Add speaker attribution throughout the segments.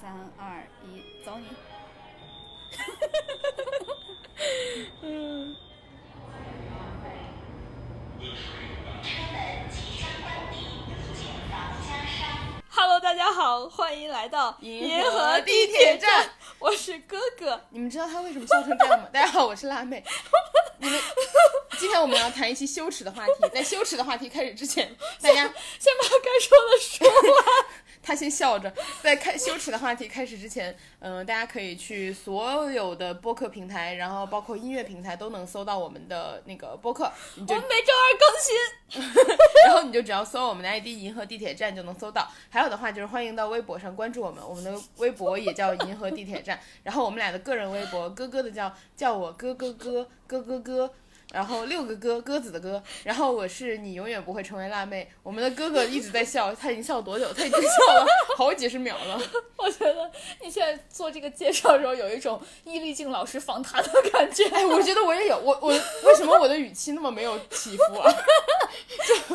Speaker 1: 三二一，走你！
Speaker 2: 嗯。Hello，大家好，欢迎来到
Speaker 3: 银
Speaker 2: 银
Speaker 3: 河
Speaker 2: 河地
Speaker 3: 地铁
Speaker 2: 铁
Speaker 3: 站
Speaker 2: 站，我是哥哥。
Speaker 3: 你们知道他为什么笑成这样吗？大 家好，我是辣妹。你们今天我们要谈一期羞耻的话题，在羞耻的话题开始之 前，大家
Speaker 2: 先把该说的说完。
Speaker 3: 他先笑着，在开羞耻的话题开始之前，嗯、大家可以去所有的播客平台，然后包括音乐平台都能搜到我们的那个播客，你
Speaker 2: 我
Speaker 3: 就
Speaker 2: 们每周二更新。
Speaker 3: 然后你就只要搜我们的 ID“ 银河地铁站”就能搜到。还有的话就是欢迎到微博上关注我们，我们的微博也叫“银河地铁站”。然后我们俩的个人微博，哥哥的叫叫我哥哥哥哥哥哥，然后六个哥鸽子的哥。然后我是你永远不会成为辣妹。我们的哥哥一直在笑，他已经笑了多久？他已经笑了好几十秒了。
Speaker 2: 我觉得你现在做这个介绍的时候，有一种易立竞老师访谈的感觉。
Speaker 3: 哎，我觉得我也有，我我为什么我的语气那么没有起伏啊？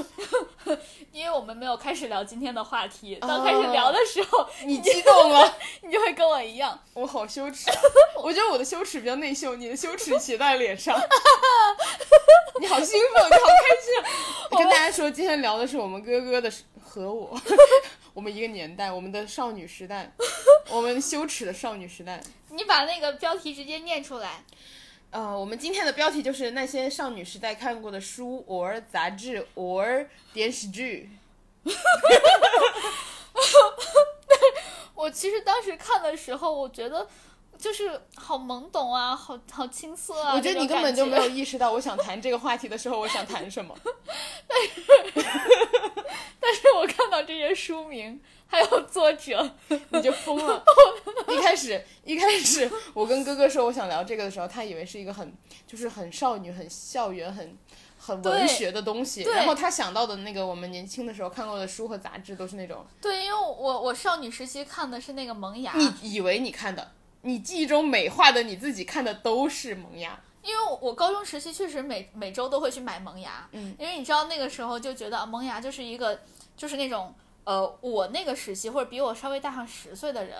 Speaker 2: 因为我们没有开始聊今天的话题，当开始聊的时候，
Speaker 3: 你激动了。
Speaker 2: 你就会跟我一样。
Speaker 3: 我好羞耻、 啊，我觉得我的羞耻比较内秀，你的羞耻写在脸 上。你好兴奋，你好开心 啊！跟大家说，今天聊的是我们哥哥的时和 我，我们一个年代，我们的少女时 代，我们羞耻的少女时代。
Speaker 2: 你把那个标题直接念出来。
Speaker 3: 呃，我们今天的标题就是那些少女时代看过的书、or 杂志、or 电视剧。
Speaker 2: 我其实当时看的时候，我觉得就是好懵懂啊，好好青涩啊。
Speaker 3: 我觉得你
Speaker 2: 这种
Speaker 3: 根本
Speaker 2: 感
Speaker 3: 就没有，意识到我想谈这个话题的时候，我想谈什么。
Speaker 2: 但是我看到这些书名还有作者，
Speaker 3: 你就疯 了。一开始一开始，我跟哥哥说我想聊这个的时候，他以为是一个很就是很少女、很校园、很很文
Speaker 2: 对
Speaker 3: 学的东西。
Speaker 2: 对
Speaker 3: 然后他想到的那个我们年轻的时候看过的书和杂志都是那种
Speaker 2: 对，因为我我少女时期看的是那个《萌芽》，
Speaker 3: 你以为你看的，你记忆中美化的你自己看的都是萌芽。
Speaker 2: 因为我我高中时期确实每每周都会去买萌芽，
Speaker 3: 嗯，
Speaker 2: 因为你知道那个时候就觉得啊萌芽就是一个就是那种呃我那个时期或者比我稍微大上十岁的人，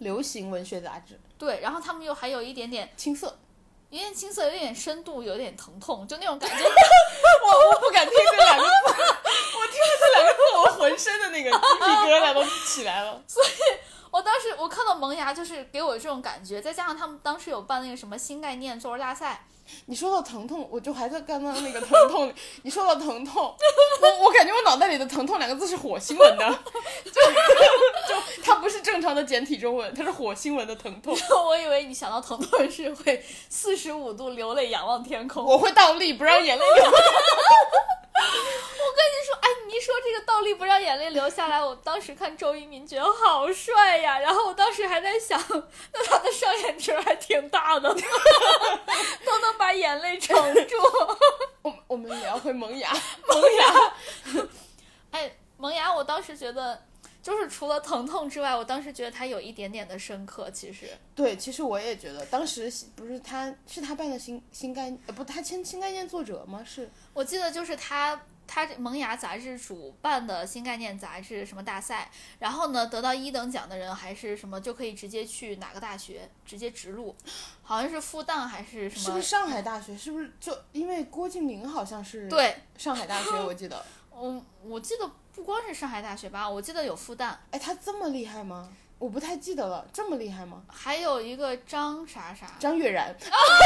Speaker 3: 流行文学杂志，
Speaker 2: 对，然后他们又还有一点点
Speaker 3: 青 涩。
Speaker 2: 有点青涩，有点深度，有点疼痛，就那种感觉。
Speaker 3: 我我不敢听这两个字， 我听了这两个字，我浑身的那个鸡皮疙瘩都起来了。
Speaker 2: 我当时我看到萌芽就是给我这种感觉，再加上他们当时有办那个什么新概念作文大赛，
Speaker 3: 你说到疼痛，我就还在刚刚那个疼 痛里。你说到疼痛，我我感觉我脑袋里的“疼痛”两个字是火星文 的，就就它不是正常的简体中文，它是火星文的疼痛。
Speaker 2: 我以为你想到疼痛是会四十五度流泪仰望天空。
Speaker 3: 我会倒立，不让眼泪 流。
Speaker 2: 说，哎，你一说这个倒立不让眼泪流下来，我当时看周渝民觉得好帅呀，然后我当时还在想，那他的双眼皮儿还挺大的， 都能把眼泪撑住。
Speaker 3: 我们我们聊回萌芽，
Speaker 2: 萌芽，哎，萌芽，我当时觉得。就是除了疼痛之外，我当时觉得它有一点点的深刻。其实，
Speaker 3: 对，其实我也觉得，当时不是他是他办的新新概呃不，他签新概念作者吗？是
Speaker 2: 我记得就是他他这《萌芽》杂志主办的新概念杂志什么大赛，然后呢，得到一等奖的人还是什么就可以直接去哪个大学直接直录，好像是复旦还是什
Speaker 3: 是
Speaker 2: 么？
Speaker 3: 不是上海大学？是不是就因为郭敬明好像是
Speaker 2: 对，
Speaker 3: 上海大学，我记得。
Speaker 2: 我我记得不光是上海大学吧，我记得有复旦，
Speaker 3: 哎，他这么厉害吗？我不太记得了，这么厉害吗？
Speaker 2: 还有一个张啥啥，
Speaker 3: 张悦然，
Speaker 2: 啊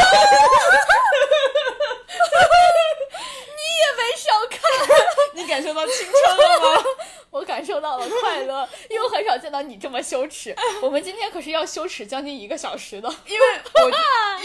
Speaker 2: 没少看，
Speaker 3: 你感受到青春了吗？
Speaker 2: 我感受到了快乐，因为我很少见到你这么羞 耻。我们今天可是要羞耻将近一个小时的。
Speaker 3: 因为我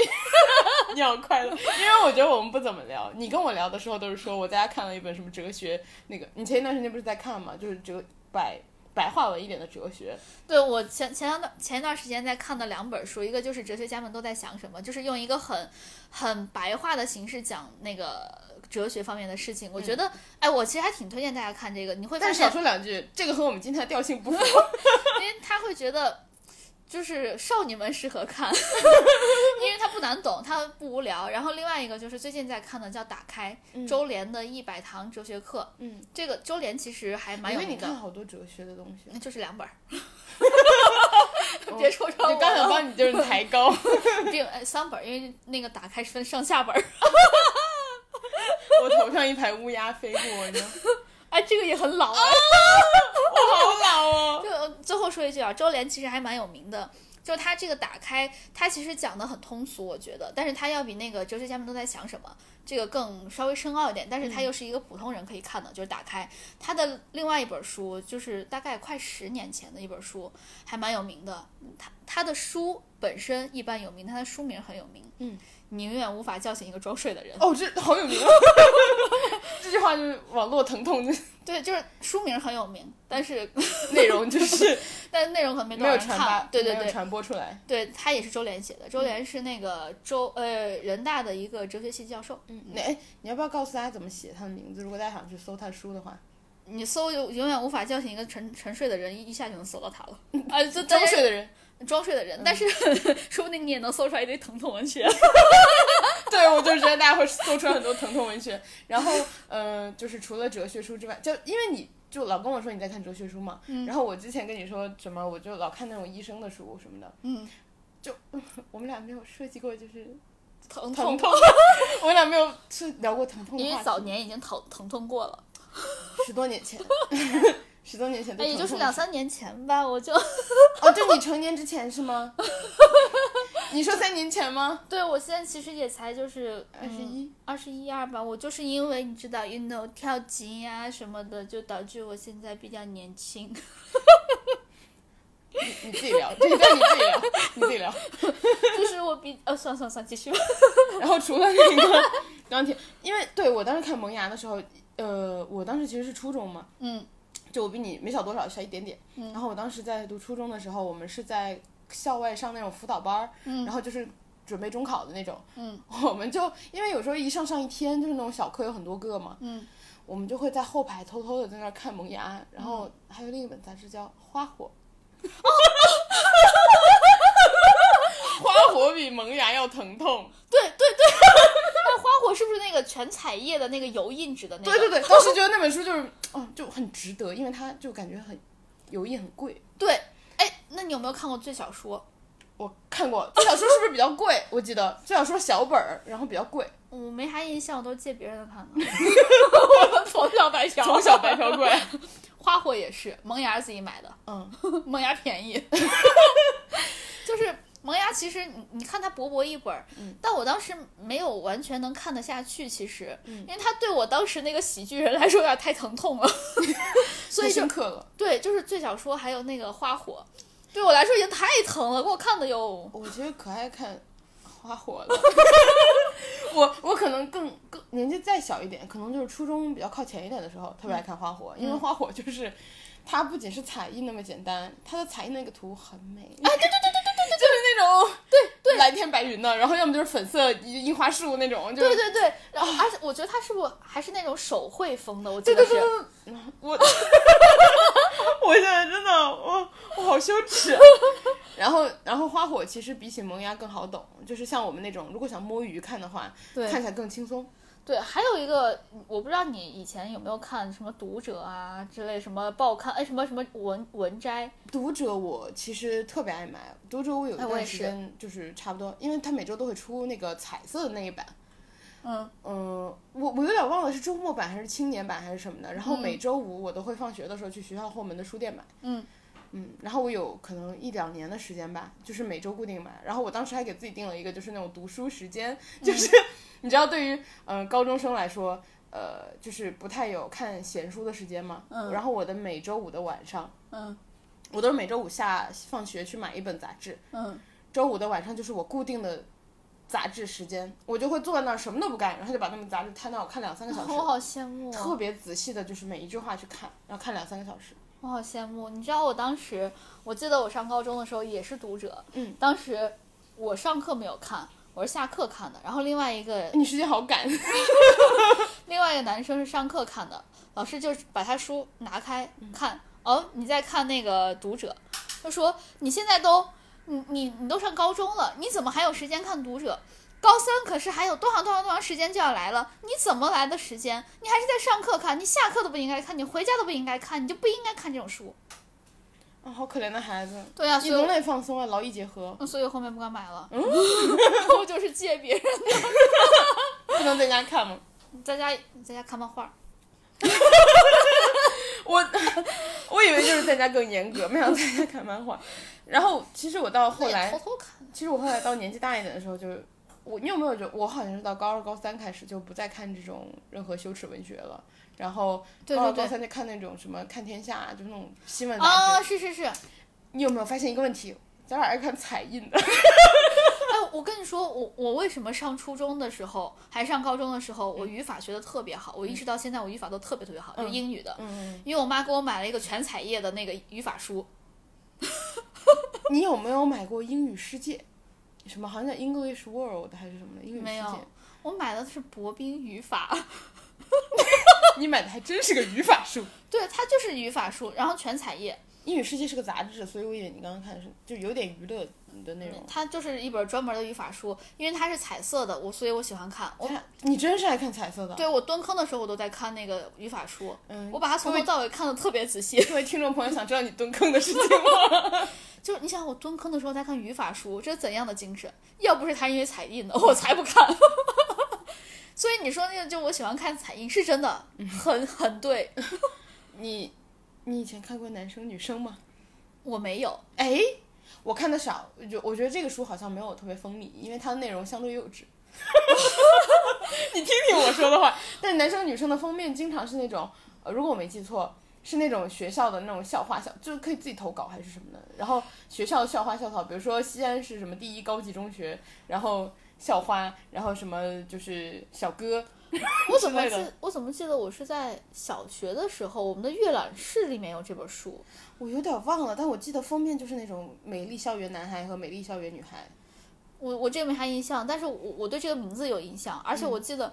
Speaker 3: 你好快乐，因为我觉得我们不怎么聊。你跟我聊的时候都是说我在家看了一本什么哲学，那个你前一段时间不是在看嘛，就是哲白白话文一点的哲学。
Speaker 2: 对我前前两段前一段时间在看的两本书，一个就是《哲学家们都在想什么》，就是用一个很很白话的形式讲那个哲学方面的事情。我觉得，哎，我其实还挺推荐大家看这个，你会发
Speaker 3: 嗯但是少
Speaker 2: 现，
Speaker 3: 说两句，这个和我们今天的调性不符。
Speaker 2: 因为他会觉得。就是少女们适合 看，因为它不难懂，它不无聊。然后另外一个就是最近在看的叫《打开》，周濂的《一百堂哲学课》。
Speaker 3: 嗯，
Speaker 2: 这个周濂其实还蛮
Speaker 3: 因
Speaker 2: 有
Speaker 3: 为你
Speaker 2: 名
Speaker 3: 看
Speaker 2: 的，
Speaker 3: 好多哲学的东西。
Speaker 2: 就是两本儿。
Speaker 3: 我想哦帮你 就是抬高。
Speaker 2: 并哎三本儿，因为那个打开是分上下本儿。
Speaker 3: 我头上一排乌鸦飞过，你知道吗？
Speaker 2: 哎，这个也很老啊。
Speaker 3: 我好老哦。
Speaker 2: 就最后说一句啊，周濂其实还蛮有名的，就是他这个打开，他其实讲的很通俗，我觉得，但是他要比那个《哲学家们都在想什么》这个更稍微深奥一点，但是
Speaker 3: 嗯
Speaker 2: 他又是一个普通人可以看的，就是打开他的另外一本书，就是大概快十年前的一本书，还蛮有名的。他他的书本身一般有名，他的书名很有名。
Speaker 3: 嗯，
Speaker 2: 你永远无法叫醒一个装睡的人。
Speaker 3: 哦，这好 有名哦。这句话就是网络疼痛，就是
Speaker 2: 对，就是书名很有名，但是
Speaker 3: 内容就是
Speaker 2: 但内容可能没多嗯
Speaker 3: 没
Speaker 2: 少人
Speaker 3: 有传播
Speaker 2: 看。，对对
Speaker 3: 没有
Speaker 2: 对，
Speaker 3: 传播出来。
Speaker 2: 对他也是周濂写的，周濂是那个周呃人大的一个哲学系教授。
Speaker 3: 嗯，那哎，你要不要告诉大家怎么写他的名字？如果大家想去搜他书的 话，
Speaker 2: 你搜就永远无法叫醒一个沉沉睡的人，一一下就能搜到他 了。啊，就大
Speaker 3: 装
Speaker 2: 家
Speaker 3: 睡的人。
Speaker 2: 装睡的人，但是 说不定你也能搜出来一堆疼痛文 学。
Speaker 3: 对，我就是觉得大家会搜出来很多疼痛文学。 然后，呃，就是除了哲学书之外，就因为你就老跟我说你在看哲学书嘛，然后我之前跟你说什么，我就老看那种医生的书什么的，
Speaker 2: 嗯，
Speaker 3: 我们俩没有涉及过就是
Speaker 2: 疼痛，
Speaker 3: 疼 痛，我们俩没有是聊过疼痛的
Speaker 2: 因
Speaker 3: 话
Speaker 2: 为
Speaker 3: 题，
Speaker 2: 早年已经疼疼痛过了，
Speaker 3: 十多年 前，十多年前，
Speaker 2: 哎，也就是两三年前吧， 我就
Speaker 3: 哦，对 你成年之前是吗？ 你说三年前吗？
Speaker 2: 对我现在其实也才就是
Speaker 3: 二十一，
Speaker 2: 二十一二吧，我就是因为你知道，you know 跳级呀、什么的，就导致我现在比较年轻。
Speaker 3: 嗯你自己聊，这一段你自己聊，你自己聊。
Speaker 2: 就是我比呃、算算算，继 续吧。
Speaker 3: 然后除了那 个钢铁，因为对我当时看《萌芽》的时候，呃，我当时其实是初中嘛，
Speaker 2: 嗯，
Speaker 3: 就我比你没小多少，小一点点。然后我当时在读初中的时候，我们是在校外上那种辅导班儿，然后就是。准备中考的那种，
Speaker 2: 嗯，
Speaker 3: 我们就因为有时候一上上一天，就是那种小课有很多个嘛，
Speaker 2: 嗯，
Speaker 3: 我们就会在后排偷偷的在那儿看《萌芽》，然后还有另一本杂志叫《花火》， 花火比《萌芽》要疼痛，
Speaker 2: 对对对， 那花火是不是那个全彩页的那个油印纸的那个？
Speaker 3: 对对对，当时觉得那本书就是，哦，就很值得，因为它就感觉很油印很贵。
Speaker 2: 对。哎，那你有没有看过《最小说》？
Speaker 3: 我看过这小说是不是比较贵？我记得这小说小本儿，然后比较贵，
Speaker 2: 我没啥印象，我都是借别人的看的。我从小白嫖，
Speaker 3: 从小白嫖贵。
Speaker 2: 花火也是，萌芽自己买的，
Speaker 3: 嗯，
Speaker 2: 萌芽便 宜。就是萌芽，其实你你看它薄薄一本儿，
Speaker 3: 嗯
Speaker 2: 但我当时没有完全能看得下去，其实，
Speaker 3: 嗯
Speaker 2: 因为它对我当时那个喜剧人来说有点太疼痛了， 所
Speaker 3: 太
Speaker 2: 以就
Speaker 3: 深刻了。
Speaker 2: 对，就是最小说还有那个花火，对我来说已经太疼了，给我看的哟。
Speaker 3: 我其实可爱看花火了。 我我可能更更年纪再小一点，可能就是初中比较靠前一点的时候，特别爱看花火，因为花火就是它不仅是彩印那么简单，它的彩印那个图很美。啊，对对对对对对，就是那种对对蓝天白云的，然后要么就是粉色樱樱花树那种，就是
Speaker 2: 对对对，然后而且我觉得他是不是还是那种手绘风的？我记
Speaker 3: 对
Speaker 2: 得
Speaker 3: 对
Speaker 2: 是
Speaker 3: 对，对，对我 我现在真的我我好羞耻、啊。 然后然后花火其实比起萌芽更好懂，就是像我们那种如果想摸鱼看的话，
Speaker 2: 对
Speaker 3: 看起来更轻松。
Speaker 2: 对，还有一个我不知道你以前有没有看什么《读者》啊之类什么报刊，哎什么什么文文摘，
Speaker 3: 读者我其实特别爱买，读者我有一
Speaker 2: 哎我也
Speaker 3: 段时间就是差不多，因为它每周都会出那个彩色的那一版。
Speaker 2: 嗯
Speaker 3: 嗯，我我有点忘了是周末版还是青年版还是什么的。然后每周五我都会放学的时候去学校后门的书店买。
Speaker 2: 嗯
Speaker 3: 嗯，然后我有可能一两年的时间吧，就是每周固定买。然后我当时还给自己定了一个，就是那种读书时间，就是、你知道，对于嗯、呃高中生来说，呃，就是不太有看闲书的时间嘛。
Speaker 2: 嗯
Speaker 3: 然后我的每周五的晚上，
Speaker 2: 嗯
Speaker 3: 我都是每周五下放学去买一本杂志，
Speaker 2: 嗯，
Speaker 3: 周五的晚上就是我固定的杂志时间，我就会坐在那儿什么都不干，然后就把那本杂志摊那儿，我看两三个小时，
Speaker 2: 我好羡慕啊，
Speaker 3: 特别仔细的，就是每一句话去看，然后看两三个小时。
Speaker 2: 我好羡慕。你知道我当时，我记得我上高中的时候也是《读者》，
Speaker 3: 嗯，
Speaker 2: 当时我上课没有看，我是下课看的，然后另外一个
Speaker 3: 你时间好赶，
Speaker 2: 另外一个男生是上课看的，老师就把他书拿开看，哦，你在看那个读者，他说你现在都你你你都上高中了，你怎么还有时间看读者？高三可是还有多少多少多长时间就要来了，你怎么来的时间？你还是在上课看，你下课都不应该看，你回家都不应该看，你就不应该看这种书。
Speaker 3: 啊，好可怜的孩子，
Speaker 2: 对呀、
Speaker 3: 你
Speaker 2: 所
Speaker 3: 总
Speaker 2: 以
Speaker 3: 得放松啊，劳逸结合，
Speaker 2: 我所以我后面不敢买 了，然后就是借别人
Speaker 3: 不能在家看吗？
Speaker 2: 在家在家看漫画。
Speaker 3: 我 我以为就是在家更严格，没想到在家看漫画。然后其实我到后
Speaker 2: 那
Speaker 3: 来
Speaker 2: 也偷偷看，
Speaker 3: 其实我后来到年纪大一点的时候就，我你有没有觉得我好像是到高二高三开始就不再看这种任何羞耻文学了，然后
Speaker 2: 对
Speaker 3: 高二
Speaker 2: 对
Speaker 3: 高
Speaker 2: 对，
Speaker 3: 三就看那种什么看天下啊，就那种新闻杂志。
Speaker 2: 啊，是是是，哎，
Speaker 3: 你有没有发现一个问题？咱俩爱看彩印的，
Speaker 2: 哎我跟你说，我我为什么上初中的时候，还上高中的时候，我语法学的特别好，我一直到现在我语法都特别特别好，就英语的，
Speaker 3: 嗯嗯，
Speaker 2: 因为我妈给我买了一个全彩页的那个语法书，
Speaker 3: 你有没有买过英语世界？什么好像叫 English World 还是什么的英语世
Speaker 2: 没有
Speaker 3: 界？
Speaker 2: 我买的是薄冰语法，
Speaker 3: 你买的还真是个语法书。
Speaker 2: 对，它就是语法书，然后全彩页，
Speaker 3: 英语世界是个杂志，所以我以为你刚刚看的是就有点娱乐的那种。
Speaker 2: 它就是一本专门的语法书，因为它是彩色的，我所以我喜欢看。我
Speaker 3: 哎你真是爱看彩色的。
Speaker 2: 对我蹲坑的时候，我都在看那个语法书，
Speaker 3: 嗯，
Speaker 2: 我把它从头到尾看的特别仔细。
Speaker 3: 各位听众朋友想知道你蹲坑的事情吗？
Speaker 2: 就是你想，我蹲坑的时候在看语法书，这是怎样的精神？要不是他因为彩印的， 我才不看。所以你说那个，就我喜欢看彩印，是真的，很很对。
Speaker 3: 你你以前看过男生女生吗？
Speaker 2: 我没有，
Speaker 3: 哎，我看的少，我觉我觉得这个书好像没有特别锋利，因为它的内容相对幼稚。 你听听我说的话，但是男生女生的封面经常是那种，呃，如果我没记错，是那种学校的那种校花校，就是可以自己投稿还是什么的。然后学校的校花校草，比如说西安是什么第一高级中学，然后校花，然后什么就是小哥，
Speaker 2: 我怎么
Speaker 3: 之类
Speaker 2: 记
Speaker 3: 的
Speaker 2: 我怎么记得我是在小学的时候，我们的阅览室里面有这本书。
Speaker 3: 我有点忘了，但我记得封面就是那种美丽校园男孩和美丽校园女孩。
Speaker 2: 我我这没啥印象，但是我我对这个名字有印象，而且我记得，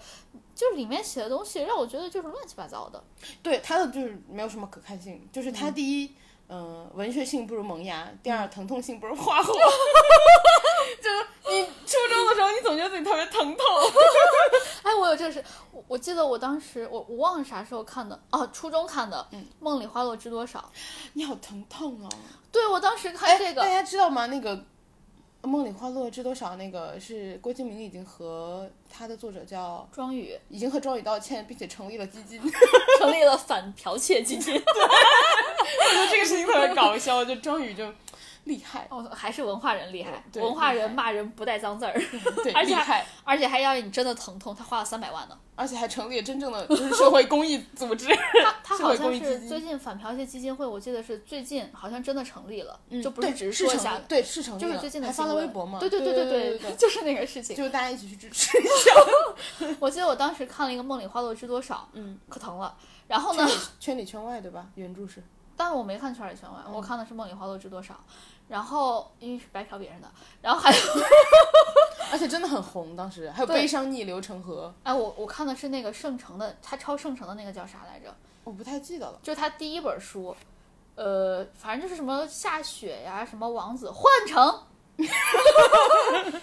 Speaker 2: 就里面写的东西让我觉得就是乱七八糟的。
Speaker 3: 对，它的就是没有什么可看性，就是它第一，嗯、文学性不如萌芽；第二，疼痛性不如花 火。就是你初中的时候，你总觉得自己特别疼痛。
Speaker 2: 哎，我有这个是，我我记得我当时我我忘了啥时候看的，哦、初中看的，梦里花落知多少》。
Speaker 3: 你好疼痛哦！
Speaker 2: 对，我当时看这
Speaker 3: 大
Speaker 2: 个，
Speaker 3: 家知道吗？那个《梦里花落知多少》，那个是郭敬明已经和他的作者叫
Speaker 2: 庄宇
Speaker 3: 已经和庄宇道歉，并且成立了基金。
Speaker 2: 成立了反剽窃基金，
Speaker 3: 我觉 得这个事情特别搞笑，就庄宇就厉害，
Speaker 2: 哦，还是文化人厉害，
Speaker 3: 对
Speaker 2: 文化
Speaker 3: 厉
Speaker 2: 人
Speaker 3: 害
Speaker 2: 骂人不带脏字 儿，
Speaker 3: 对，
Speaker 2: 而且
Speaker 3: 厉
Speaker 2: 还
Speaker 3: 害。
Speaker 2: 而且还要你真的疼痛，他花了三百 万呢。
Speaker 3: 而且还成立了真正的就是社会公益组 织。
Speaker 2: 他他
Speaker 3: 社
Speaker 2: 好
Speaker 3: 会公
Speaker 2: 像
Speaker 3: 益基
Speaker 2: 是
Speaker 3: 金
Speaker 2: 最近反剽窃基金会，我记得是最近好像真的成立了，就不
Speaker 3: 嗯对
Speaker 2: 只是
Speaker 3: 是
Speaker 2: 说一
Speaker 3: 成
Speaker 2: 下
Speaker 3: 立，对，是成立
Speaker 2: 就
Speaker 3: 了，
Speaker 2: 是最近的
Speaker 3: 还发了
Speaker 2: 新
Speaker 3: 微
Speaker 2: 闻
Speaker 3: 博嘛？
Speaker 2: 对
Speaker 3: 对
Speaker 2: 对
Speaker 3: 对
Speaker 2: 对
Speaker 3: 对对，
Speaker 2: 就是那个事情。
Speaker 3: 就大家一起去支 持一下。
Speaker 2: 我记得我当时看了一个《梦里花落知多少》，
Speaker 3: 嗯，
Speaker 2: 可疼了。然后呢，
Speaker 3: 圈里圈外对吧？原著是
Speaker 2: 但是我没看《圈里圈外》，
Speaker 3: 嗯
Speaker 2: 我看的是《梦里花落知多少》，然后因为是白嫖别人的，然后还有，
Speaker 3: 而且真的很红，当时还有
Speaker 2: 对
Speaker 3: 悲伤逆流成河，
Speaker 2: 哎，我我看的是那个圣城的，他抄圣城的那个叫啥来着？
Speaker 3: 我不太记得了。
Speaker 2: 就是他第一本书，呃，反正就是什么下雪呀，什么王子幻城，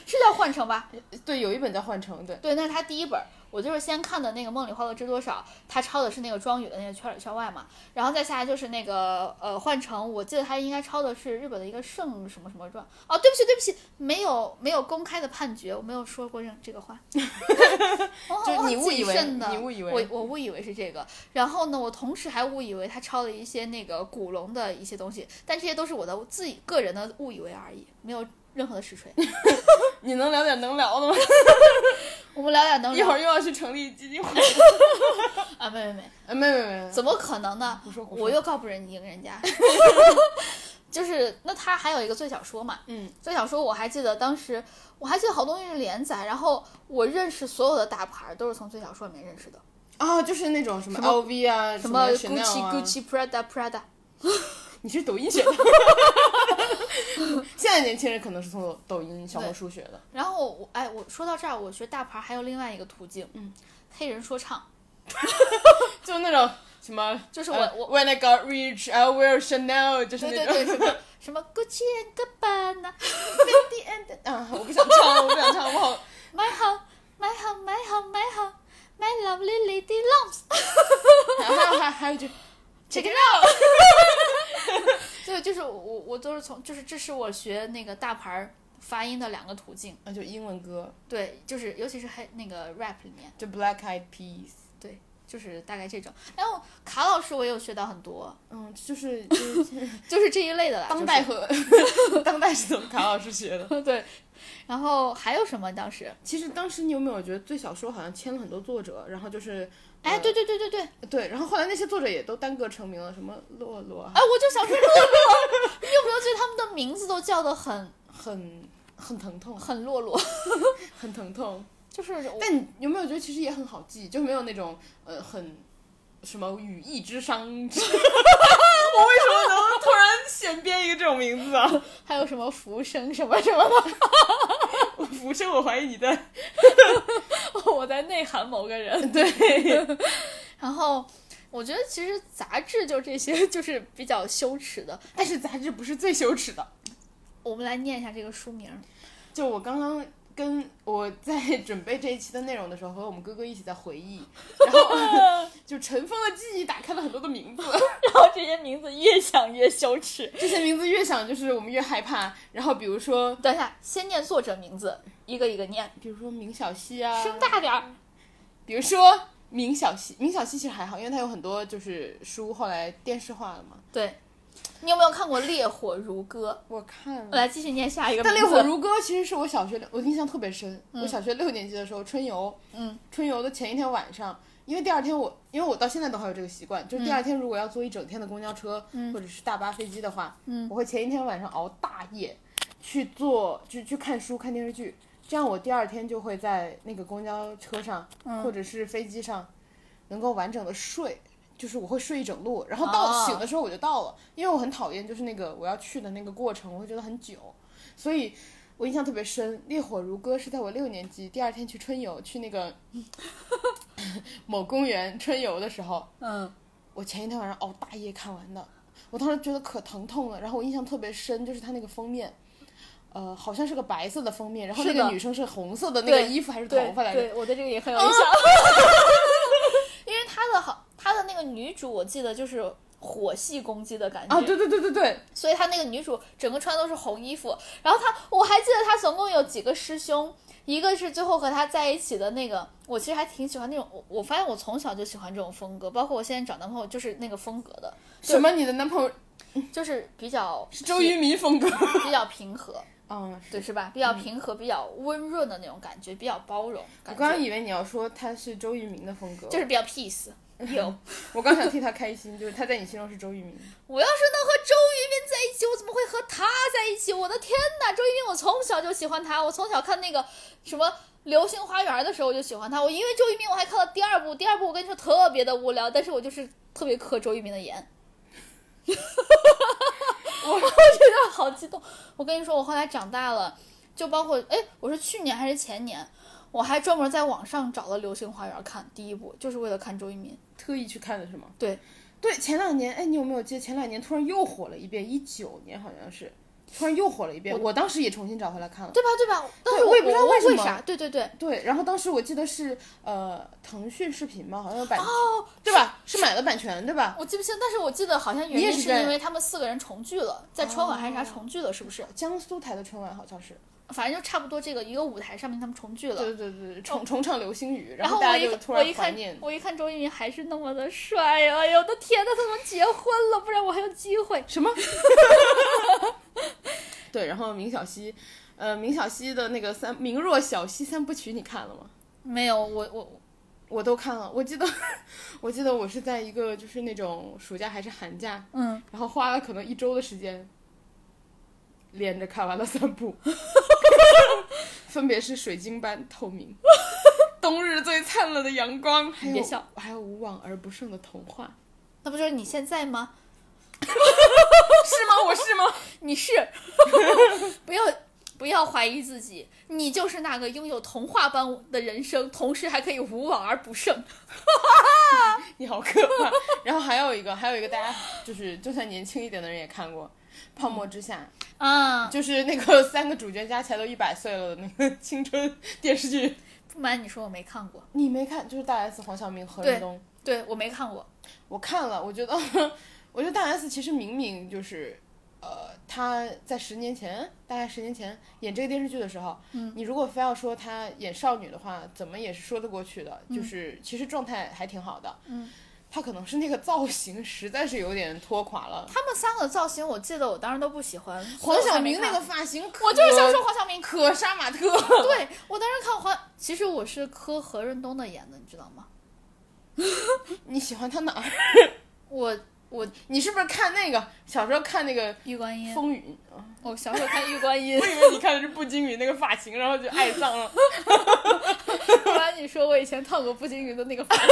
Speaker 2: 是叫幻城吧？
Speaker 3: 对，有一本叫《幻城》，对，
Speaker 2: 对，那是他第一本儿。我就是先看的那个《梦里花落知多少》，他抄的是那个庄宇的那个《圈里圈外》嘛，然后再下来就是那个呃《幻城》，我记得他应该抄的是日本的一个圣什么什么传。哦，对不起，对不起，没有没有公开的判决，我没有说过这这个 话。我很
Speaker 3: 就
Speaker 2: 我
Speaker 3: 是
Speaker 2: 很
Speaker 3: 你误以
Speaker 2: 谨
Speaker 3: 为，
Speaker 2: 慎的
Speaker 3: 你误以为，
Speaker 2: 我我误以为是这个，然后呢，我同时还误以为他抄了一些那个古龙的一些东西，但这些都是我的自己个人的误以为而已，没有任何的实 锤。
Speaker 3: 你能聊点能聊的吗？
Speaker 2: 我们聊点能
Speaker 3: 一会
Speaker 2: 聊
Speaker 3: 儿又要去成立基金 会。
Speaker 2: 啊，没没没，
Speaker 3: 哎，没没没，
Speaker 2: 怎么可能呢？
Speaker 3: 胡说胡
Speaker 2: 我
Speaker 3: 说。
Speaker 2: 又告不人赢人 家。就是那他还有一个最小说嘛，
Speaker 3: 嗯，
Speaker 2: 最小说我还记得当时我还记得好多东西是连载，然后我认识所有的大牌都是从最小说里面认识的，
Speaker 3: 啊，就是那种什么
Speaker 2: 什么
Speaker 3: LV 啊，
Speaker 2: 什
Speaker 3: 么
Speaker 2: Gucci
Speaker 3: Chanel 啊
Speaker 2: Gucci Prada Prada，
Speaker 3: 你是抖音 学的。现在年轻人可能是从抖音、小红书学的。
Speaker 2: 然后我哎，我说到这儿，我学大牌还有另外一个途径，
Speaker 3: 嗯，
Speaker 2: 黑人说唱，
Speaker 3: 就那种什么，
Speaker 2: 就是我
Speaker 3: 呃
Speaker 2: 我
Speaker 3: When I got rich, I wear Chanel，就是
Speaker 2: 对
Speaker 3: 那
Speaker 2: 对对，什
Speaker 3: 种。
Speaker 2: 么什么 Gucci and Gabbana，
Speaker 3: 啊，我不想唱，我不想唱，我 好。
Speaker 2: 买好买好买好买好，My lovely lady lumps，
Speaker 3: 还有还有还有还有一句
Speaker 2: check it out，对，就是我我都是从就是这是我学那个大牌儿发音的两个途径。
Speaker 3: 那就英文歌，
Speaker 2: 对，就是尤其是黑那个 rap 里面，
Speaker 3: 就 Black Eyed Peas。
Speaker 2: 就是大概这种。然后卡老师我也有学到很多，
Speaker 3: 嗯，就是就是
Speaker 2: 就是这一类的啦。
Speaker 3: 当代 和当代是怎么卡老师学的？
Speaker 2: 就是对，然后还有什么当时？
Speaker 3: 其实当时你有没有觉得最小说好像签了很多作者，然后就是
Speaker 2: 哎，
Speaker 3: 呃
Speaker 2: 对对对对对，
Speaker 3: 对，然后后来那些作者也都单个成名了，什么洛洛啊，
Speaker 2: 哎，我就想说乐乐，你有没有觉得他们的名字都叫的很
Speaker 3: 很很疼痛，
Speaker 2: 很落落？
Speaker 3: 很疼痛。
Speaker 2: 就是我
Speaker 3: 但你有没有觉得其实也很好记，就没有那种呃很什么语义之伤？ 我为什么能突然选编一个这种名字啊？
Speaker 2: 还有什么浮生什么什么的，
Speaker 3: 不是，我怀疑你在
Speaker 2: 我在内涵某个人。
Speaker 3: 对，
Speaker 2: 然后我觉得其实杂志就这些， 就是比较羞耻的。
Speaker 3: 但是杂志不是最羞耻的。
Speaker 2: 我们来念一下这个书 名儿，
Speaker 3: 就我刚刚跟我在准备这一期的内容的时候，和我们哥哥一起在回忆，然后 就尘封的记忆打开了很多的名字，
Speaker 2: 然后这些名字越想越羞耻。
Speaker 3: 这些名字越想就是我们越害怕。然后比如说，
Speaker 2: 等一下，先念作者名字，一个一个念，
Speaker 3: 比如说明晓溪啊，
Speaker 2: 声大点儿。
Speaker 3: 比如说明晓溪，明晓溪其实还好，因为它有很多就是书后来电视化了嘛。
Speaker 2: 对，你有没有看过《烈火如歌
Speaker 3: 我看》？
Speaker 2: 我
Speaker 3: 了。
Speaker 2: 来继续念下一个名
Speaker 3: 但《
Speaker 2: 字。
Speaker 3: 烈火如歌》其实是我小学，我印象特别深。我小学六年级的时候，春游，
Speaker 2: 嗯，
Speaker 3: 春游的前一天晚上，因为第二天我，因为我到现在都还有这个习惯，就是第二天如果要坐一整天的公交车、或者是大巴、飞机的话，
Speaker 2: 嗯，
Speaker 3: 我会前一天晚上熬大夜去做，就去看书、看电视剧，这样我第二天就会在那个公交车上、或者是飞机上能够完整的睡。就是我会睡一整路，然后到、
Speaker 2: 哦
Speaker 3: 醒的时候我就到了，因为我很讨厌就是那个我要去的那个过程，我会觉得很久。所以我印象特别深，《烈火如歌》是在我六年级第二天去春游，去那个 某公园春游的时候，
Speaker 2: 嗯，
Speaker 3: 我前一天晚上熬大夜看完的。我当时觉得可疼痛了，然后我印象特别深，就是它那个封面，呃，好像是个白色的封面，然后那
Speaker 2: 是
Speaker 3: 个
Speaker 2: 的
Speaker 3: 女生是红色的那个
Speaker 2: 对
Speaker 3: 衣服还是头
Speaker 2: 对
Speaker 3: 发来着？啊
Speaker 2: 对，我对这个也很有印象， 因为他的好，他的那个女主我记得就是火系攻击的感觉，
Speaker 3: 啊，对对对对对，
Speaker 2: 所以他那个女主整个穿都是红衣服。然后他，我还记得他总共有几个师兄，一个是最后和他在一起的那个，我其实还挺喜欢那种，我我发现我从小就喜欢这种风格，包括我现在找男朋友就是那个风格的，
Speaker 3: 什么？你的男朋友
Speaker 2: 就是比较
Speaker 3: 是周渝民风格？
Speaker 2: 比较平和，
Speaker 3: 嗯，
Speaker 2: 对，是吧？比较平和，比较温润的那种感觉，比较包容
Speaker 3: 我
Speaker 2: 感
Speaker 3: 刚刚
Speaker 2: 觉。
Speaker 3: 以为你要说他是周渝民的风格，
Speaker 2: 就是比较 peace，有
Speaker 3: 我刚想替他开心，就是他在你心中是周渝民。
Speaker 2: 我要是能和周渝民在一起，我怎么会和他在一起？我的天呐，周渝民，我从小就喜欢他，我从小看那个什么《流星花园》的时候我就喜欢他。我因为周渝民，我还看了第二部，第二部我跟你说特别的无聊，但是我就是特别磕周渝民的颜。我我觉得好激动。我跟你说，我后来长大了，就包括哎，我是去年还是前年，我还专门在网上找了《流星花园》看第一部，就是为了看周渝民。
Speaker 3: 特意去看的是吗？
Speaker 2: 对，
Speaker 3: 对，前两年，哎，你有没有记得前两年突然又火了一遍？一九年好像是，突然又火了一遍。我当时也重新找回来看了。
Speaker 2: 对吧？对吧？但是
Speaker 3: 对我也不知道
Speaker 2: 我
Speaker 3: 为什么
Speaker 2: 啥。对对对，
Speaker 3: 对，然后当时我记得是呃腾讯视频嘛，好像有版权，
Speaker 2: 哦
Speaker 3: 对吧？是买了版权对吧？
Speaker 2: 我记不清，但是我记得好像原
Speaker 3: 你也
Speaker 2: 因
Speaker 3: 是
Speaker 2: 是
Speaker 3: 在哦
Speaker 2: 因为他们四个人重聚了，在春晚还是啥重聚了，是不是？
Speaker 3: 江苏台的春晚好像是。
Speaker 2: 反正就差不多这个一个舞台上面他们重聚了。
Speaker 3: 对对对对，重重唱流星雨，
Speaker 2: 哦然
Speaker 3: 后
Speaker 2: 我
Speaker 3: 大
Speaker 2: 一
Speaker 3: 家就
Speaker 2: 看
Speaker 3: 突
Speaker 2: 我
Speaker 3: 然
Speaker 2: 一
Speaker 3: 怀
Speaker 2: 看
Speaker 3: 念。
Speaker 2: 我一看周渝民还是那么的帅呀、哎呦我的天呐，他怎么结婚了？不然我还有机会。
Speaker 3: 什么？ 对，然后明晓溪，呃，明晓溪的那个三明若晓溪三部曲你看了吗？
Speaker 2: 没有，我我
Speaker 3: 我都看了，我记得，我记得我是在一个就是那种暑假还是寒假，
Speaker 2: 嗯，
Speaker 3: 然后花了可能一周的时间，连着看完了 三部，分别是《水晶般透 明》《冬日最灿烂的阳光》，还有
Speaker 2: 别笑，
Speaker 3: 还有《无往而不胜的童话》，
Speaker 2: 那不就是你现在吗？
Speaker 3: 是吗？我是吗？
Speaker 2: 你是，不要不要怀疑自己，你就是那个拥有童话般的人生，同时还可以无往而不胜。
Speaker 3: 你好可怕。然后还有一个，还有一个大家就是就算年轻一点的人也看过。《泡沫之夏
Speaker 2: 啊》，
Speaker 3: 就是那个三个主角加起来都一百岁了的那个青春电视剧，
Speaker 2: 不瞒你说，我没看过，
Speaker 3: 你没看，就是大 S、黄晓明、何润东，
Speaker 2: 对我没看过。
Speaker 3: 我看了，我觉得，我觉得大 S 其实明明就是呃，他在十年前，大概十年前演这个电视剧的时候，
Speaker 2: 嗯
Speaker 3: 你如果非要说他演少女的话，怎么也是说得过去的，就是其实状态还挺好的，
Speaker 2: 嗯，
Speaker 3: 他可能是那个造型实在是有点拖垮了，
Speaker 2: 他们三个造型，我记得我当时都不喜欢。
Speaker 3: 黄晓明
Speaker 2: 明
Speaker 3: 那个，发型 可，
Speaker 2: 我就是想说黄晓 明。
Speaker 3: 可杀马特，
Speaker 2: 对我当时看黄，其实我是磕何润东的演的，你知道吗？
Speaker 3: 你喜欢他哪儿？
Speaker 2: 我我
Speaker 3: 你是不是看那个小时候看那个
Speaker 2: 玉观音，
Speaker 3: 风雨？
Speaker 2: 我小时候看玉观 音
Speaker 3: 我，以为你看的是步惊云那个发型，然后就爱上了。
Speaker 2: 不然你说我以前烫过步惊云的那个发 型，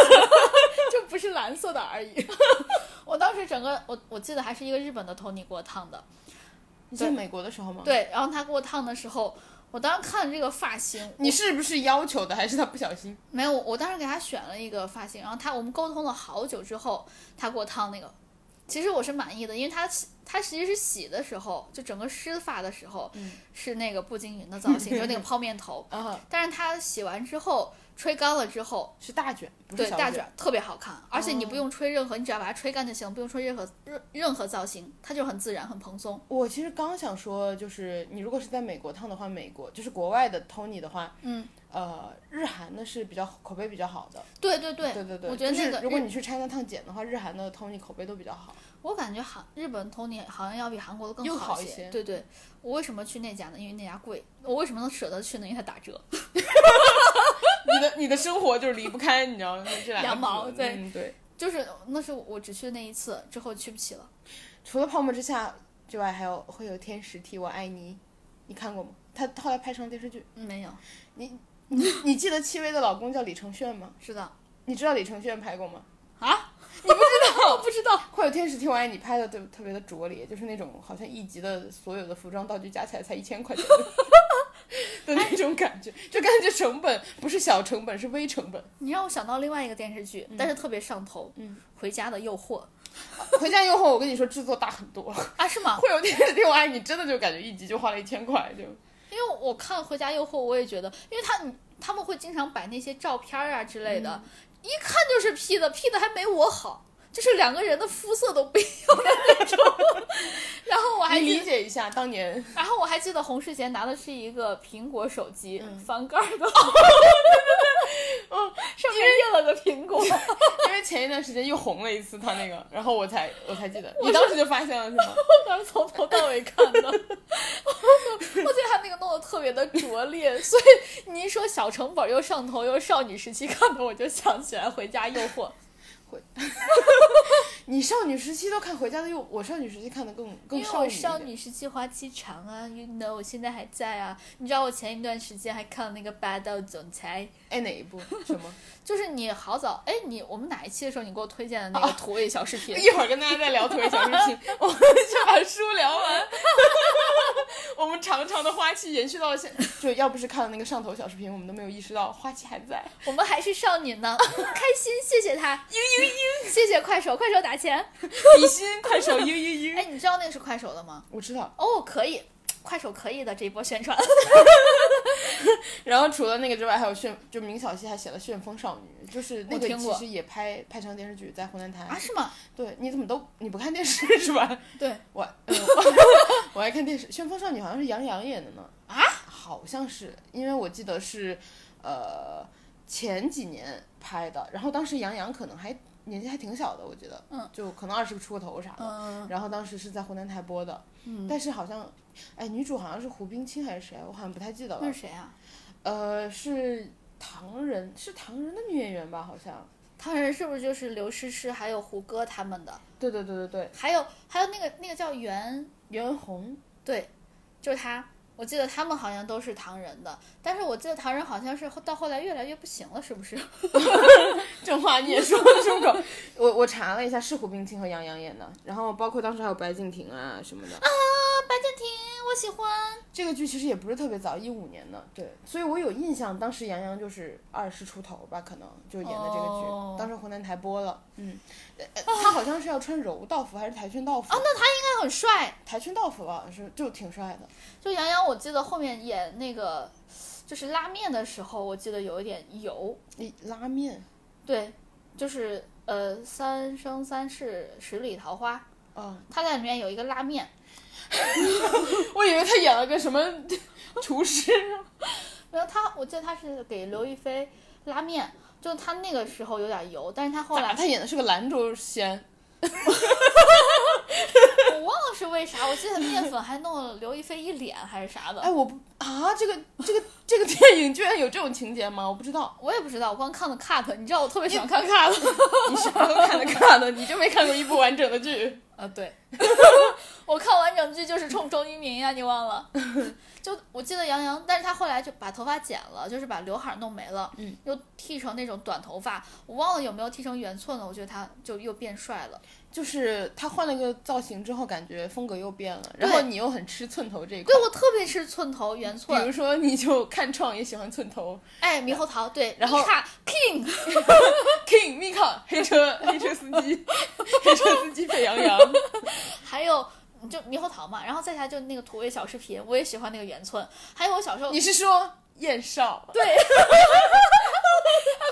Speaker 2: 就不是蓝色的而已。 我当时整个我我记得还是一个日本的 Tony 给我烫的，
Speaker 3: 你在美国的时候吗？，
Speaker 2: 对，然后他给我烫的时候，我当时看这个发型，
Speaker 3: 你是不是要求的，还是他不小心？
Speaker 2: 没有，我当时给他选了一个发型，然后他我们沟通了好久之后，他给我烫那个，其实我是满意的，因为他他其实是洗的时候，就整个湿发的时候、
Speaker 3: 嗯
Speaker 2: 是那个步惊云的造型，就是那个泡面头，
Speaker 3: 啊，
Speaker 2: 但是他洗完之后吹干了之后，
Speaker 3: 是大卷，哦不是
Speaker 2: 对
Speaker 3: 小
Speaker 2: 大，卷特别好看，而且你不用吹任何，你只要把它吹干就行，不用吹任何任任何造型，它就很自然很蓬松。
Speaker 3: 我其实刚想说，就是你如果是在美国烫的话，美国就是国外的 Tony 的话，
Speaker 2: 嗯，
Speaker 3: 呃，日韩的是比较口碑比较好的。
Speaker 2: 对对对
Speaker 3: 对对对，
Speaker 2: 我觉得那
Speaker 3: 就
Speaker 2: 个
Speaker 3: 是如果
Speaker 2: 日
Speaker 3: 你去 China 烫剪的话，日韩的 Tony 口碑都比较 好。
Speaker 2: 我感觉韩日本 Tony 好像要比韩国的更
Speaker 3: 又
Speaker 2: 好
Speaker 3: 好一
Speaker 2: 些
Speaker 3: 些
Speaker 2: 对对，我为什么去那家呢？因为那家贵。我为什么能舍得去呢？因为它打折。
Speaker 3: 你的你的生活就是离不开，你知道吗？这两个
Speaker 2: 羊毛
Speaker 3: 字
Speaker 2: 对
Speaker 3: 嗯对。
Speaker 2: 就是那是我只去那一次，之后去不起了。
Speaker 3: 除了泡沫之夏之外，还有会有天使替我爱你，你看过吗？他后来拍成了电视剧。
Speaker 2: 嗯没有，
Speaker 3: 你 你记得戚薇的老公叫李承铉吗？
Speaker 2: 知道
Speaker 3: 你知道李承铉拍过吗？
Speaker 2: 啊？你不知道？我不知道。
Speaker 3: 会有天使替我爱你拍的特特别的拙劣，就是那种好像一集的所有的服装道具加起来才一千块钱的 的那种感觉，就感觉成本不是小成本，是微成本。
Speaker 2: 你让我想到另外一个电视剧，但是特别上头，
Speaker 3: 嗯
Speaker 2: 回家的诱惑》
Speaker 3: 回家以后，我跟你说制作大很多，
Speaker 2: 啊，是吗？
Speaker 3: 会有天使替我爱你，真的就感觉一集就花了一千块，就
Speaker 2: 因为我看《回家诱惑》，我也觉得，因为他他们会经常摆那些照片啊之类的，一看就是 P 的，P 的还没我好，就是两个人的肤色都不一样的那种。 然后我还
Speaker 3: 你
Speaker 2: 记
Speaker 3: 理解一下当年
Speaker 2: 然后我还记得洪世贤拿的是一个苹果手机，翻 盖儿的，哦上面印了个苹 果。
Speaker 3: 因为前一段时间又红了一次他那个，然后我才我才记得，你当时就发现了是吗？
Speaker 2: 当时从头到尾看的，我 我觉得他那个弄得特别的拙劣，所以你一说小成本又上头又少女时期看的，我就想起来《回家诱惑》。
Speaker 3: 你少女时期都看《回家的诱》，我少女时期看的更更
Speaker 2: 因为
Speaker 3: 少
Speaker 2: 我
Speaker 3: 女一点。
Speaker 2: 少女时期花期长啊，you know，我现在还在啊。你知道我前一段时间还看了那个《霸道总裁
Speaker 3: 哎，哪一部？什 么？》，
Speaker 2: 就是你好早哎，你我们哪一期的时候你给我推荐的那个土味小视频？
Speaker 3: 一会儿跟大家再聊《土味小视频》，我们先把书聊完。 我们长长的花期延续到了现，就要不是看了那个上头小视频，我们都没有意识到花期还在。
Speaker 2: 我们还是少女 呢，开心，谢谢他，嘤嘤嘤，谢谢快手，快手打钱。
Speaker 3: 比心，快手，嘤嘤嘤！
Speaker 2: 哎，你知道那个是快手的吗？
Speaker 3: 我知道。
Speaker 2: 哦，可以，快手可以的这一波宣传。
Speaker 3: 然后除了那个之外，还有旋，就明晓溪还写了《旋风少女》，就是那
Speaker 2: 我
Speaker 3: 个
Speaker 2: 听
Speaker 3: 其
Speaker 2: 过
Speaker 3: 实也拍拍成电视剧，在湖南台。
Speaker 2: 啊，是吗？
Speaker 3: 对，你怎么都你不看电视是吧？
Speaker 2: 对，
Speaker 3: 我、呃、 我我爱看电视，《旋风少女》好像是杨洋演的呢。
Speaker 2: 啊？
Speaker 3: 好像是，因为我记得是，呃，前几年拍的，然后当时杨洋可能还年纪还挺小的，我觉得，
Speaker 2: 嗯，
Speaker 3: 就可能二十出个头啥的。
Speaker 2: 嗯，
Speaker 3: 然后当时是在湖南台播的，
Speaker 2: 嗯
Speaker 3: 但是好像，哎，女主好像是胡冰卿还是谁，我好像不太记得
Speaker 2: 那
Speaker 3: 了。
Speaker 2: 是谁啊？
Speaker 3: 呃，是唐人，是唐人的女演员吧？好像。
Speaker 2: 唐人是不是就是刘诗诗还有胡歌他们的？
Speaker 3: 对对对对对，
Speaker 2: 还有还有那个那个叫袁，
Speaker 3: 袁弘
Speaker 2: 对，就是他。我记得他们好像都是唐人的，但是我记得唐人好像是后到后来越来越不行了，是不是？
Speaker 3: 这话你也说得出口？ 我我查了一下，是胡冰卿和杨洋演的，然后包括当时还有白敬亭啊什么的。
Speaker 2: 白敬亭，我喜欢。
Speaker 3: 这个剧其实也不是特别早，一五年的，对，所以我有印象，当时杨洋就是二十出头吧，可能就演的这个剧，
Speaker 2: 哦
Speaker 3: 当时湖南台播了，嗯，呃他好像是要穿柔道服还是跆拳道服？啊，那
Speaker 2: 他很帅，
Speaker 3: 跆拳道服吧，是就挺帅的。
Speaker 2: 就杨洋，我记得后面演那个就是拉面的时候，我记得有一点油，
Speaker 3: 咦，拉面，
Speaker 2: 对，就是呃《三生三世十里桃花》，
Speaker 3: 啊、
Speaker 2: 他在里面有一个拉面，
Speaker 3: 我以为他演了个什么 厨师，
Speaker 2: 然后他，我记得他是给刘亦菲拉面，就他那个时候有点油，但是他后
Speaker 3: 咋
Speaker 2: 来
Speaker 3: 他演的是个兰州仙？
Speaker 2: 我忘了是为啥，我记得面粉还弄了刘亦菲一脸还是啥
Speaker 3: 哎，
Speaker 2: 的，，
Speaker 3: 我不啊，这个这个这个电影居然有这种情节吗？我不知道
Speaker 2: 我也不知道，我光看了 cut，你知道我特别喜欢看 cut，
Speaker 3: 你什么都看的看的，你就没看过一部完整的剧？
Speaker 2: 啊对，我看完整剧就是冲周渝民呀，啊你忘 了？就我记得杨洋，但是他后来就把头发剪了，就是把刘海弄没了，
Speaker 3: 嗯，
Speaker 2: 又剃成那种短头发，我忘了有没有剃成圆寸了，我觉得他就又变帅了。
Speaker 3: 就是他换了一个造型之后，感觉风格又变了，然后你又很吃寸头这一块
Speaker 2: 对。我特别是寸头圆
Speaker 3: 比
Speaker 2: 寸，
Speaker 3: 如说，你就看创也喜欢寸头
Speaker 2: 哎，猕猴桃对，
Speaker 3: 然后
Speaker 2: 你看 king。
Speaker 3: ，King Mika 黑车黑车司机， 黑车司机沸羊羊，
Speaker 2: 还有就猕猴桃嘛，然后再下就那个土味小视频，我也喜欢那个圆寸。还有我小时候，
Speaker 3: 你是说燕少？
Speaker 2: 对，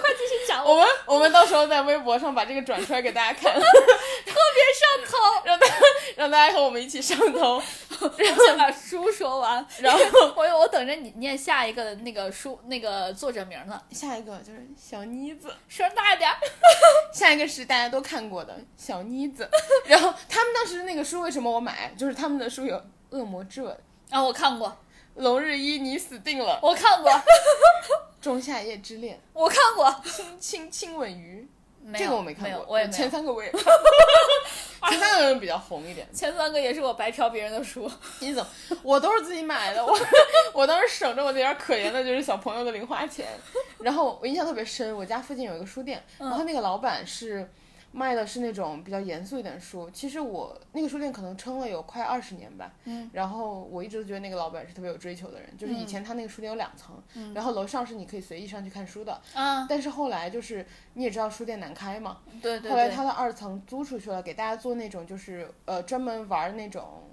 Speaker 2: 快继续讲，
Speaker 3: 我
Speaker 2: 我
Speaker 3: 们我们到时候在微博上把这个转出来给大家看，
Speaker 2: 别上头，
Speaker 3: 让大家让大家和我们一起上头。
Speaker 2: 我先把书说完，
Speaker 3: 然后
Speaker 2: 我有我等着你念下一个的那个书那个作者名呢，
Speaker 3: 下一个就是小妮子，
Speaker 2: 声大一点儿，
Speaker 3: 下一个是大家都看过的小妮子。 然后他们当时那个书为什么我买？就是他们的书有《恶魔之吻》《
Speaker 2: 啊，我看过，
Speaker 3: 龙日一你死定了
Speaker 2: 我看过，》
Speaker 3: 《仲夏夜之恋
Speaker 2: 我看过，》
Speaker 3: 亲亲亲吻鱼，
Speaker 2: 没
Speaker 3: 这
Speaker 2: 有
Speaker 3: 个我没看
Speaker 2: 没有
Speaker 3: 过，，
Speaker 2: 我也没
Speaker 3: 前
Speaker 2: 有。
Speaker 3: 三个我 也看过，前三个人比较红一点。
Speaker 2: 前三个也是我白嫖别人的 书，
Speaker 3: 你怎么？我都是自己买的，我我当时省着我那点儿可怜的就是小朋友的零花钱。然后我印象特别深，我家附近有一个书店，然
Speaker 2: 嗯
Speaker 3: 后那个老板是卖的是那种比较严肃一点的书。其实我那个书店可能撑了有快二十年吧。
Speaker 2: 嗯。
Speaker 3: 然后我一直都觉得那个老板是特别有追求的人，就是以前他那个书店有两层，
Speaker 2: 嗯
Speaker 3: 然后楼上是你可以随意上去看书的。
Speaker 2: 啊，
Speaker 3: 但是后来就是你也知道书店难开嘛，
Speaker 2: 对对
Speaker 3: 后来
Speaker 2: 对
Speaker 3: 他，的二层租出去了，给大家做那种就是呃专门玩那种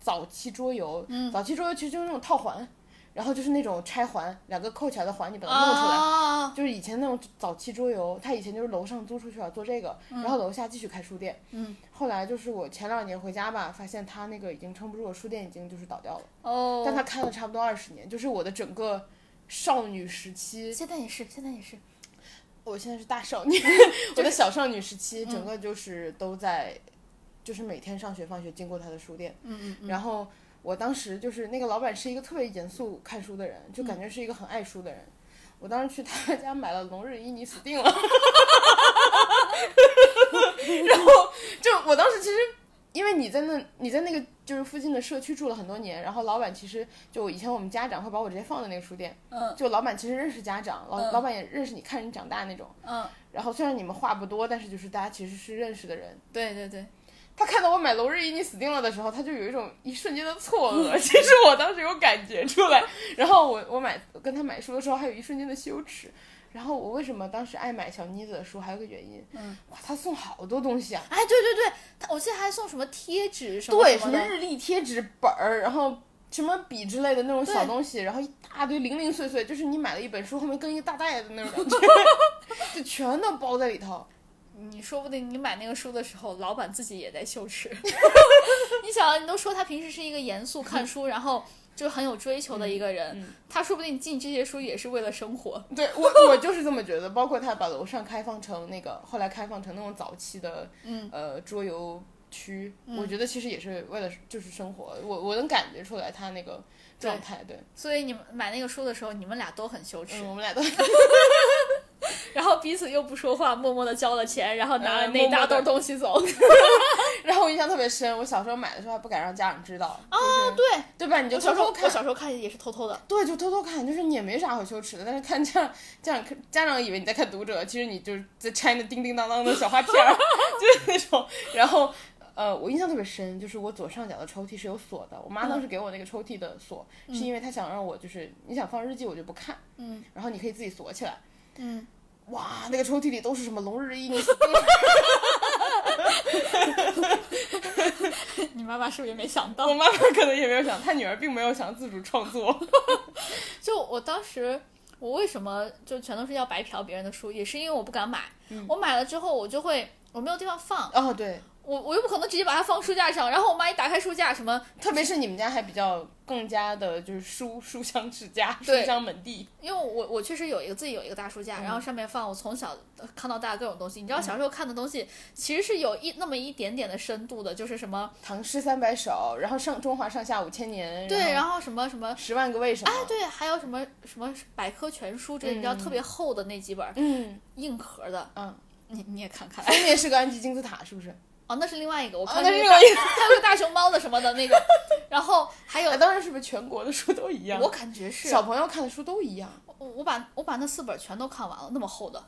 Speaker 3: 早期桌游，
Speaker 2: 嗯
Speaker 3: 早期桌游其实就是那种套环，然后就是那种拆环，两个扣起来的环你把它弄出来。
Speaker 2: 啊，
Speaker 3: 就是以前那种早期桌游，他以前就是楼上租出去了做这个，然后楼下继续开书店。
Speaker 2: 嗯，
Speaker 3: 后来就是我前两年回家吧，发现他那个已经撑不住了，书店已经就是倒掉了。
Speaker 2: 哦，
Speaker 3: 但他开了差不多二十年，就是我的整个少女时期，
Speaker 2: 现在也是，现在也是，
Speaker 3: 我现在是大少女，我的小少女时期，整个就是都在，就是每天上学放学经过他的书店，
Speaker 2: 嗯嗯
Speaker 3: 然后我当时就是那个老板是一个特别严肃看书的人，就
Speaker 2: 嗯
Speaker 3: 感觉是一个很爱书的人。我当时去他 家买了《龙日一》，你死定 了。 然后就我当时其实，因为你在那你在那个就是附近的社区住了很多年，然后老板其实就以前我们家长会把我直接放在那个书店，
Speaker 2: 嗯
Speaker 3: 就老板其实认识家长，老、
Speaker 2: 嗯
Speaker 3: 老板也认识你，看着你长大那种。
Speaker 2: 嗯，
Speaker 3: 然后虽然你们话不多，但是就是大家其实是认识的人。
Speaker 2: 对对对，
Speaker 3: 他看到我买《龙日一》你死定了的时候，他就有一种一瞬间的错愕， 其实我当时有感觉出来。然后我我买跟他买书的时候，还有一瞬间的羞耻。然后我为什么当时爱买小妮子的书，还有个原因，
Speaker 2: 嗯，
Speaker 3: 哇，他送好多东西啊，
Speaker 2: 哎，对对对，他我记得还送什么贴纸什么
Speaker 3: 对，
Speaker 2: 什
Speaker 3: 什
Speaker 2: 么
Speaker 3: 么
Speaker 2: 的，
Speaker 3: 日历贴纸本儿，然后什么笔之类的那种
Speaker 2: 对
Speaker 3: 小东西，然后一大堆零零碎碎，就是你买了一本书，后面跟一个大袋子那种感觉， 就全都包在里头。
Speaker 2: 你说不定你买那个书的时候，老板自己也在羞 耻。 你想，你都说他平时是一个严肃看
Speaker 3: 嗯
Speaker 2: 书，然后就很有追求的一个人，他说不定进这些书也是为了生活。
Speaker 3: 对我，我就是这么觉得。包括他把楼上开放成那个，后来开放成那种早期的，
Speaker 2: 嗯，
Speaker 3: 呃，桌游区，我觉得其实也是为了就是生活，我我能感觉出来他那个状态。对，
Speaker 2: 所以你们买那个书的时候，你们俩都很羞耻，
Speaker 3: 嗯，我们俩都
Speaker 2: 然后彼此又不说话，默默的交了钱，然后拿了
Speaker 3: 嗯
Speaker 2: 那一大
Speaker 3: 默默
Speaker 2: 兜
Speaker 3: 地
Speaker 2: 东西走。
Speaker 3: 然后我印象特别深，我小时候买的时候还不敢让家长知道，啊，
Speaker 2: 对，
Speaker 3: 对吧？你就
Speaker 2: 哦我小
Speaker 3: 偷
Speaker 2: 时候
Speaker 3: 偷
Speaker 2: 我
Speaker 3: 看，
Speaker 2: 小时候看也是偷偷 的。
Speaker 3: 对，就偷偷看，就是你也没啥好羞耻的，但是看家长家长看家长以为你在看读者，其实你就是在拆那叮叮当当的小花片儿， 就是那种。然后呃，我印象特别深，就是我左上角的抽屉是有锁的，我妈当时
Speaker 2: 嗯
Speaker 3: 给我那个抽屉的锁，是因为她想让我就是你想放日记我就不看，
Speaker 2: 嗯
Speaker 3: 然后你可以自己锁起来。
Speaker 2: 嗯，
Speaker 3: 哇，那个抽屉里都是什么龙日一，你 死定了
Speaker 2: 你妈妈是不是也没想到？
Speaker 3: 我妈妈可能也没有想，她女儿并没有想自主创作。
Speaker 2: 就我当时，我为什么就全都是要
Speaker 3: 嗯
Speaker 2: 白嫖别人的书，也是因为我不敢买。我买了之后，我就会我没有地方放，
Speaker 3: 哦，对，
Speaker 2: 我我又不可能直接把它放书架上，然后我妈一打开书架，什么
Speaker 3: 特别是你们家还比较更加的就是书书香世家，书
Speaker 2: 对
Speaker 3: 香门第。
Speaker 2: 因为我我确实有一个自己有一个大书架，然后上面放我从小看到大的各种东西。你知道小时候看的东西其实是有一那么一点点的深度的，就是什么
Speaker 3: 唐诗三百首，然后上中华上下五千年，
Speaker 2: 对，
Speaker 3: 然
Speaker 2: 然后什么什么
Speaker 3: 后十万个为什么，
Speaker 2: 哎对，还有什么什么百科全书之类，你知道特别厚的那几本
Speaker 3: 嗯
Speaker 2: 硬壳的，
Speaker 3: 嗯，
Speaker 2: 你你也看看。
Speaker 3: 封面是个安吉金字塔，是不是？
Speaker 2: 哦，那是另外一个，我
Speaker 3: 哦
Speaker 2: 看
Speaker 3: 那
Speaker 2: 那 个
Speaker 3: 是
Speaker 2: 大
Speaker 3: 另外
Speaker 2: 还有个大熊猫的什么的那个，然后还有
Speaker 3: 哎， 当然是不是全国的书都一样？
Speaker 2: 我感觉是
Speaker 3: 小朋友看的书都一样，
Speaker 2: 我我把我把那四本全都看完了，那么厚的。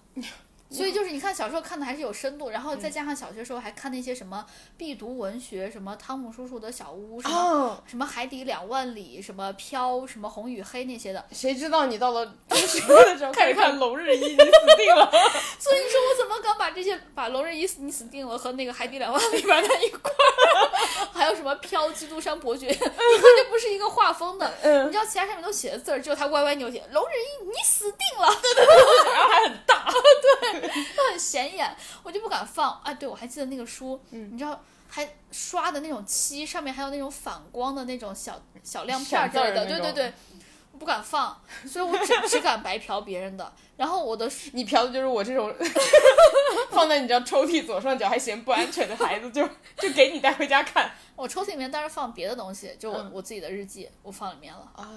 Speaker 2: 所以就是你看小时候看的还是有深度，然后再加上小学时候还看那些什么必读文学，什么汤姆叔叔的小屋，什么、
Speaker 3: 哦，
Speaker 2: 什么海底两万里，什么飘，什么红与黑那些的。
Speaker 3: 谁知道你到了当时的时候开始看《龙日一》，你死定了。
Speaker 2: 所以你说我怎么敢把这些把《龙人已死你死定了》和那个海底两万里玩在一块儿？ 还有什么飘基督山伯爵， 你根本不是一个画风的。你
Speaker 3: 嗯，
Speaker 2: 知道其他上面都写的字儿，只有他歪歪扭扭，龙人一你死定了，
Speaker 3: 然后还很 大，
Speaker 2: 都很显眼，我就不敢放。啊，对，我还记得那个书，
Speaker 3: 嗯
Speaker 2: 你知道还刷的那种漆，上面还有那种反光的那种小小亮片
Speaker 3: 闪
Speaker 2: 儿之类
Speaker 3: 字儿
Speaker 2: 的，
Speaker 3: 那
Speaker 2: 对
Speaker 3: 种
Speaker 2: 对对，我不敢放，所以我只只敢白嫖别人的。然后我的书
Speaker 3: 你嫖的就是我这种放在你这抽屉左上角还嫌不安全的孩子，就就给你带回家看。
Speaker 2: 我抽屉里面当然放别的东西，就我、
Speaker 3: 嗯
Speaker 2: 我自己的日记，我放里面了。
Speaker 3: 啊，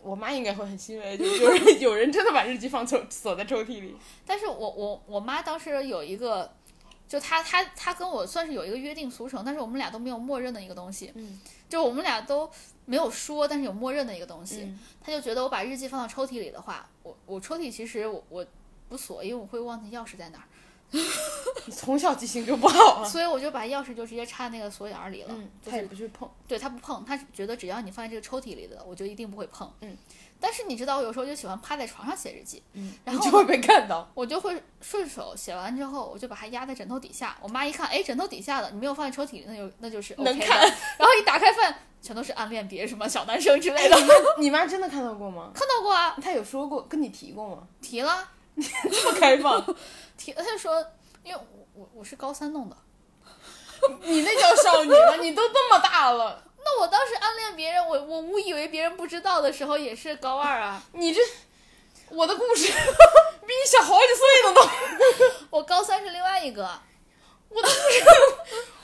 Speaker 3: 我妈应该会很欣慰，就是有人有人真的把日记放抽锁在抽屉里。
Speaker 2: 但是我我我妈当时有一个，就她她她跟我算是有一个约定俗成，但是我们俩都没有默认的一个东西，
Speaker 3: 嗯
Speaker 2: 就我们俩都没有说，但是有默认的一个东西。
Speaker 3: 嗯
Speaker 2: 他就觉得我把日记放到抽屉里的话，我我抽屉其实我我不锁，因为我会忘记钥匙在哪儿，
Speaker 3: 你从小记性就不好啊。
Speaker 2: 所以我就把钥匙就直接插那个锁眼儿里了。嗯就
Speaker 3: 他也
Speaker 2: 是
Speaker 3: 不去碰。
Speaker 2: 对他不碰，他觉得只要你放在这个抽屉里的，我就一定不会碰。
Speaker 3: 嗯，
Speaker 2: 但是你知道，我有时候就喜欢趴在床上写日记，
Speaker 3: 嗯，
Speaker 2: 然
Speaker 3: 你
Speaker 2: 后
Speaker 3: 就会被看到。
Speaker 2: 我就会顺手写完之后，我就把它压在枕头底下。我妈一看，哎，枕头底下的你没有放在抽屉里，那就那就是 OK
Speaker 3: 能
Speaker 2: 的
Speaker 3: 看。
Speaker 2: 然后一打开饭，全都是暗恋别人什么小男生之类的，
Speaker 3: 你妈真的看到过吗？
Speaker 2: 看到过啊，
Speaker 3: 她有说过跟你提 过吗？
Speaker 2: 提了。
Speaker 3: 这么开放，
Speaker 2: 提，他就说，因为我我我是高三弄的，
Speaker 3: 你那叫少女吗？你都这么大了，
Speaker 2: 那我当时暗恋别人，我我误以为别人不知道的时候也是高二啊，
Speaker 3: 你这我的故事比你小好几岁了都。
Speaker 2: 我高三是另外一个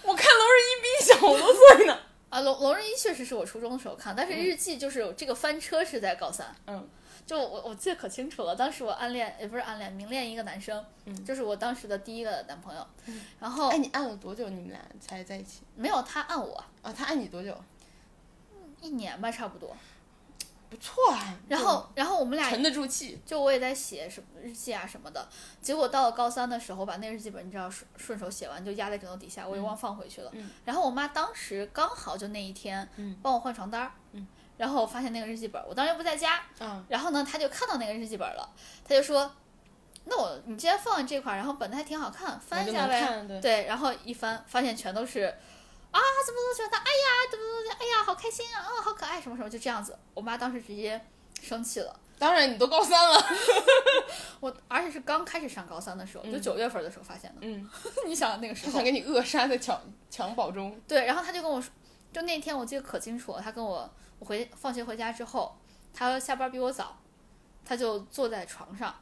Speaker 3: 我看《龙人一》比你小好多岁呢。
Speaker 2: 啊，龙龙人一确实是我初中的时候看，但是日记就是有这个翻车是在高三，
Speaker 3: 嗯，
Speaker 2: 就我我记得可清楚了，当时我暗恋也不是暗恋，明恋一个男生，
Speaker 3: 嗯
Speaker 2: 就是我当时的第一个男朋友，然后
Speaker 3: 哎，你按了多久你们俩才在一起？
Speaker 2: 没有他暗我
Speaker 3: 啊，他按你多久？
Speaker 2: 一年吧差不多，
Speaker 3: 不错啊。
Speaker 2: 然后然后我们
Speaker 3: 就
Speaker 2: 俩
Speaker 3: 沉得住气。
Speaker 2: 就我也在写什么日记啊什么的，结果到了高三的时候，把那日记本你知道顺顺手写完就压在枕头底下，我也忘放回去了。
Speaker 3: 嗯
Speaker 2: 然后我妈当时刚好就那一天，
Speaker 3: 嗯
Speaker 2: 帮我换床单儿，
Speaker 3: 嗯
Speaker 2: 然后我发现那个日记本，我当时不在家，
Speaker 3: 嗯。
Speaker 2: 然后呢，她就看到那个日记本了，她就说：“那我你既然放在这块儿，然后本子还挺好看，翻一下呗。”
Speaker 3: 看对，
Speaker 2: 对，然后一翻发现全都是啊，怎么怎么喜欢他，哎呀，怎么怎么怎么，哎呀，好开心啊，啊、好可爱，什么什么，就这样子。我妈当时直接生气了。
Speaker 3: 当然你都高三了，
Speaker 2: 我而且是刚开始上高三的时候，就
Speaker 3: 嗯
Speaker 2: 九月份的时候发现的。
Speaker 3: 嗯，
Speaker 2: 你想想那个时
Speaker 3: 他
Speaker 2: 候
Speaker 3: 想，给你扼杀在襁襁褓中，
Speaker 2: 对，然后他就跟我说，就那天我记得可清楚了，他跟我我回放学回家之后，他下班比我早，他就坐在床上，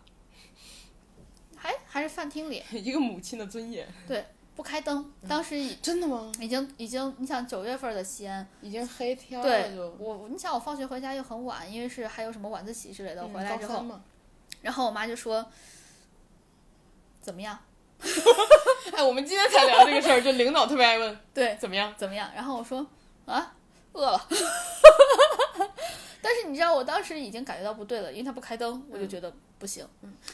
Speaker 2: 还还是饭厅里
Speaker 3: 一个母亲的尊严。
Speaker 2: 不开灯，
Speaker 3: 嗯
Speaker 2: 当时已
Speaker 3: 真的吗？
Speaker 2: 已经已经，你想九月份的西安，
Speaker 3: 已经黑天了
Speaker 2: 对
Speaker 3: 就，
Speaker 2: 我，你想我放学回家又很晚，因为是还有什么晚自习之类的，
Speaker 3: 嗯
Speaker 2: 回来之
Speaker 3: 高
Speaker 2: 后
Speaker 3: 三，嘛。
Speaker 2: 然后我妈就说，怎么样？
Speaker 3: 哎，我们今天才聊这个事儿，就领导特别爱问
Speaker 2: 对，
Speaker 3: 怎么样，
Speaker 2: 怎么样？然后我说啊，饿了。 但是你知道，我当时已经感觉到不对了，因为他不开灯，
Speaker 3: 嗯
Speaker 2: 我就觉得不行。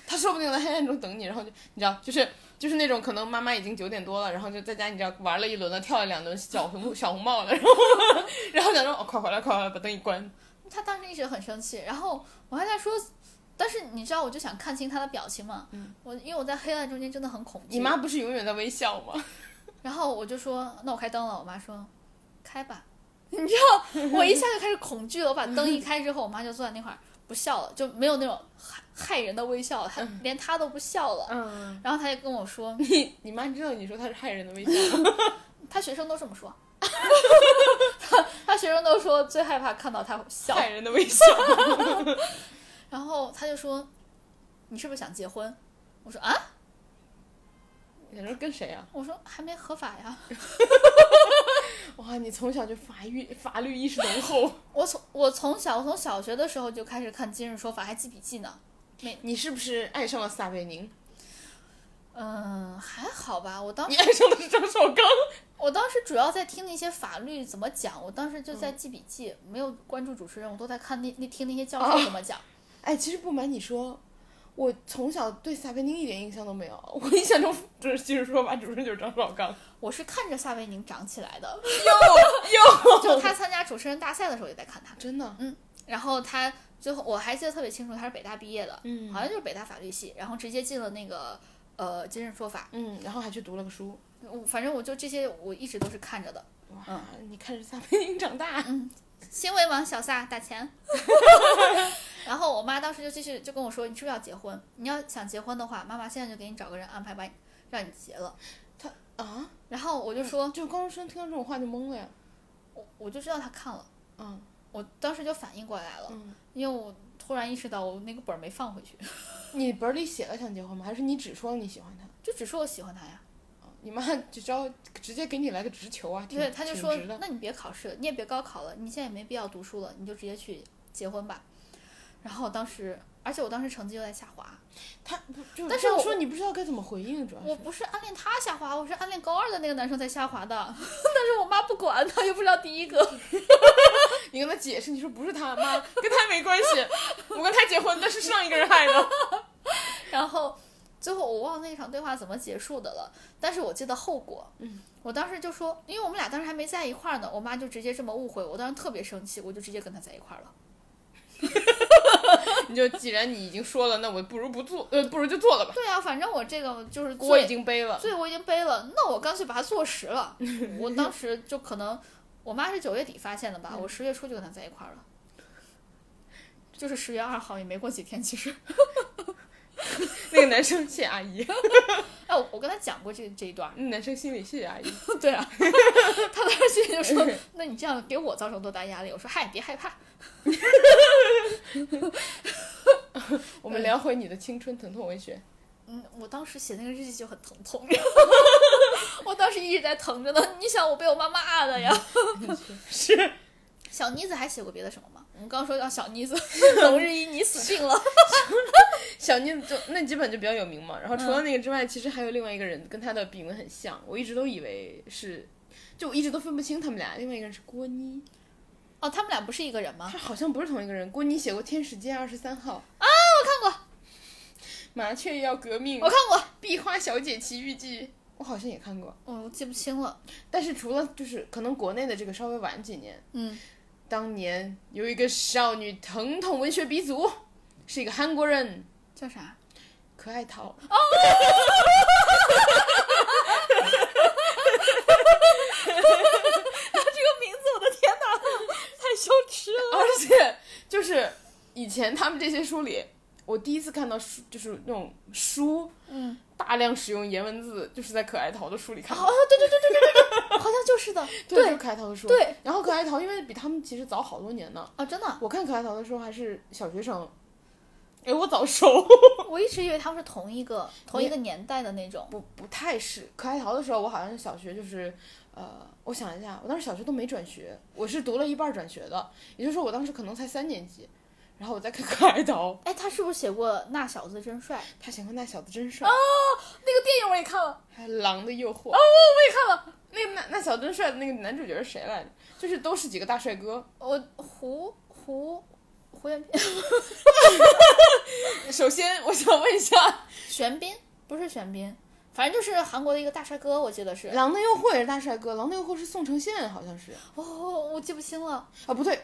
Speaker 3: 他说不定在黑暗中等你，然后就你知道，就是就是那种可能妈妈已经九点多了，然后就在家你知道玩了一轮了，跳了两轮小红小红帽了，然后 然后想说哦快回来快回来，把灯一关，
Speaker 2: 他当时一直很生气，然后我还在说，但是你知道，我就想看清他的表情嘛。
Speaker 3: 嗯、
Speaker 2: 我因为我在黑暗中间真的很恐惧。
Speaker 3: 你妈？不是永远在微笑吗？
Speaker 2: 然后我就说，那我开灯了。我妈说， 开吧。你知道，我一下就开始恐惧了。我把灯一开之后，我妈就坐在那块儿。不笑了，就没有那种害害人的微笑，他连他都不笑了。
Speaker 3: 嗯，
Speaker 2: 然后他就跟我说，
Speaker 3: 你你妈知道你说她是害人的微笑吗？
Speaker 2: 他学生都这么说， 他他学生都说最害怕看到他笑。
Speaker 3: 害人的微笑。
Speaker 2: 然后他就说，你是不是想结婚？我说啊，
Speaker 3: 你说跟谁啊？
Speaker 2: 我说还没合法呀。
Speaker 3: 哇，你从小就法律法律意识浓厚。
Speaker 2: 我从我从小我从小学的时候就开始看《今日说法》，还记笔记呢。
Speaker 3: 你是不是爱上了撒贝宁？
Speaker 2: 嗯，还好吧。我当
Speaker 3: 你
Speaker 2: 时
Speaker 3: 爱上的是张绍刚？
Speaker 2: 我当时主要在听那些法律怎么讲，我当时就在记笔记，没有关注主持人，我都在看那那听那些教授怎么讲。
Speaker 3: 哎，其实不瞒你说，我从小对撒贝宁一点印象都没有。我印象中就是就是说吧，主持人就是张绍刚。
Speaker 2: 我是看着撒贝宁长起来的，
Speaker 3: 哟哟，
Speaker 2: 就他参加主持人大赛的时候也在看他。
Speaker 3: 真的，啊
Speaker 2: 然后他最后我还记得特别清楚，他是北大毕业的，
Speaker 3: 嗯
Speaker 2: 好像就是北大法律系，然后直接进了那个呃《今日说法
Speaker 3: 嗯，然后还去读了个书。》
Speaker 2: 我。反正我就这些，我一直都是看着的。嗯
Speaker 3: 哇，你看着撒贝宁长大，
Speaker 2: 新为王小撒打钱。 然后我妈当时就继续就跟我说：“你是不是要结婚？你要想结婚的话，妈妈现在就给你找个人安排，把你让你结了。
Speaker 3: 他啊，”
Speaker 2: 然后我就说
Speaker 3: 就高中生听到这种话就懵了呀。：“
Speaker 2: 我我就知道她看了。
Speaker 3: 嗯”
Speaker 2: 我当时就反应过来了，
Speaker 3: 嗯，
Speaker 2: 因为我突然意识到我那个本儿没放回去，
Speaker 3: 你本儿里写了想结婚吗？还是你只说了你喜欢他？
Speaker 2: 就只说我喜欢他呀。
Speaker 3: 哦你妈就招直接给你来个直球啊！挺
Speaker 2: 对，他就说
Speaker 3: 挺直：“的
Speaker 2: 那你别考试了，你也别高考了，你现在也没必要读书了，你就直接去结婚吧。”然后我当时，而且我当时成绩又在下滑，
Speaker 3: 他不就
Speaker 2: 但是
Speaker 3: 这样
Speaker 2: 我
Speaker 3: 说你不知道该怎么回应，主要
Speaker 2: 我
Speaker 3: 是
Speaker 2: 不是暗恋他下滑，我是暗恋高二的那个男生在下滑的， 但是我妈不管，她又不知道第一 个。
Speaker 3: 你跟他解释，你说不是他妈，跟他没关 系，我跟他结婚，那是上一个人害的。
Speaker 2: 然后最后我忘了那场对话怎么结束的了，但是我记得后果。
Speaker 3: 嗯，
Speaker 2: 我当时就说，因为我们俩当时还没在一块儿呢，我妈就直接这么误会，我当时特别生气，我就直接跟他在一块儿 了。
Speaker 3: 你就既然你已经说了，那我不如不做，呃，不如就做了吧。
Speaker 2: 对啊，反正我这个就是
Speaker 3: 锅
Speaker 2: 罪
Speaker 3: 已经背了，
Speaker 2: 罪我已经背了，那我干脆把它坐实了。我当时就可能，我妈是九月底发现的吧，我十月初就跟他在一块儿了，就是十月二号也没过几天，其实。
Speaker 3: 那个男生谢谢阿姨，
Speaker 2: 哎，我我跟他讲过这这一段儿，
Speaker 3: 那男生心里谢谢阿姨。
Speaker 2: 对 啊，他当时就 说：“那你这样给我造成多大压力？”我说：“嗨，别害怕，
Speaker 3: 我们聊回你的青春疼痛文学，
Speaker 2: 嗯，我当时写那个日记就很疼痛， 我当时一直在疼着呢。你想，我被我妈骂的呀。
Speaker 3: 是
Speaker 2: 小妮子还写过别的什么吗？我们刚说要小 妮子龙日一，你死 定了。
Speaker 3: 小妮子就那几本就比较有名嘛。然后除了那个之外，其实还有另外一个人跟他的笔名很像，我一直都以为是，就我一直都分不清他们俩。另外一个人是郭妮，
Speaker 2: 哦，他们俩不是一个人吗？
Speaker 3: 他好像不是同一个人。郭妮写过《天使街二十三号》啊，我
Speaker 2: 看
Speaker 3: 过。麻雀要革命
Speaker 2: 我，看过，
Speaker 3: 壁花小姐奇遇记，我好像也看过。
Speaker 2: 哦我记不清了。
Speaker 3: 但是除了就是可能国内的这个稍微晚几年，
Speaker 2: 嗯，
Speaker 3: 当年有一个少女疼痛文学鼻祖，是一个韩国人，
Speaker 2: 叫啥？
Speaker 3: 可爱桃。
Speaker 2: 这个名字，我的天哪，太羞耻了。
Speaker 3: 而且就是以前他们这些书里，我第一次看到书就是那种书
Speaker 2: 嗯，
Speaker 3: 大量使用颜文字，就是在可爱桃的书里看到
Speaker 2: 哦，对对对对对对对，好像就是的。
Speaker 3: 对，就
Speaker 2: 对
Speaker 3: 是可爱桃的书。
Speaker 2: 对，
Speaker 3: 然后可爱桃因为比他们其实早好多年呢，
Speaker 2: 哦，真的。
Speaker 3: 我看可爱桃的时候还是小学生，哎，我早熟。
Speaker 2: 我一直以为他们是同一个同一个年代的那种。
Speaker 3: 不不太是可爱淘的时候，我好像是小学就是，呃，我想一下，我当时小学都没转学，我是读了一半儿转学的，也就是说我当时可能才三年级，然后我再看 可爱淘，
Speaker 2: 哎，他是不是写过《那小子真帅》
Speaker 3: 他喜欢那小子真帅，
Speaker 2: 那个电影？我也看了，
Speaker 3: 还有狼的诱惑，
Speaker 2: 我也看了。
Speaker 3: 那个那那小子真帅的那个男主角是谁来着？就是都是几个大帅哥，
Speaker 2: 我胡胡胡彦斌、
Speaker 3: 首先我想问一下，
Speaker 2: 玄彬不是玄彬，反正就是韩国的一个大帅哥，我记得是。
Speaker 3: 狼的诱惑也是大帅哥，狼的诱惑是宋承宪好像是，
Speaker 2: 哦，我记不清了。
Speaker 3: 啊不对，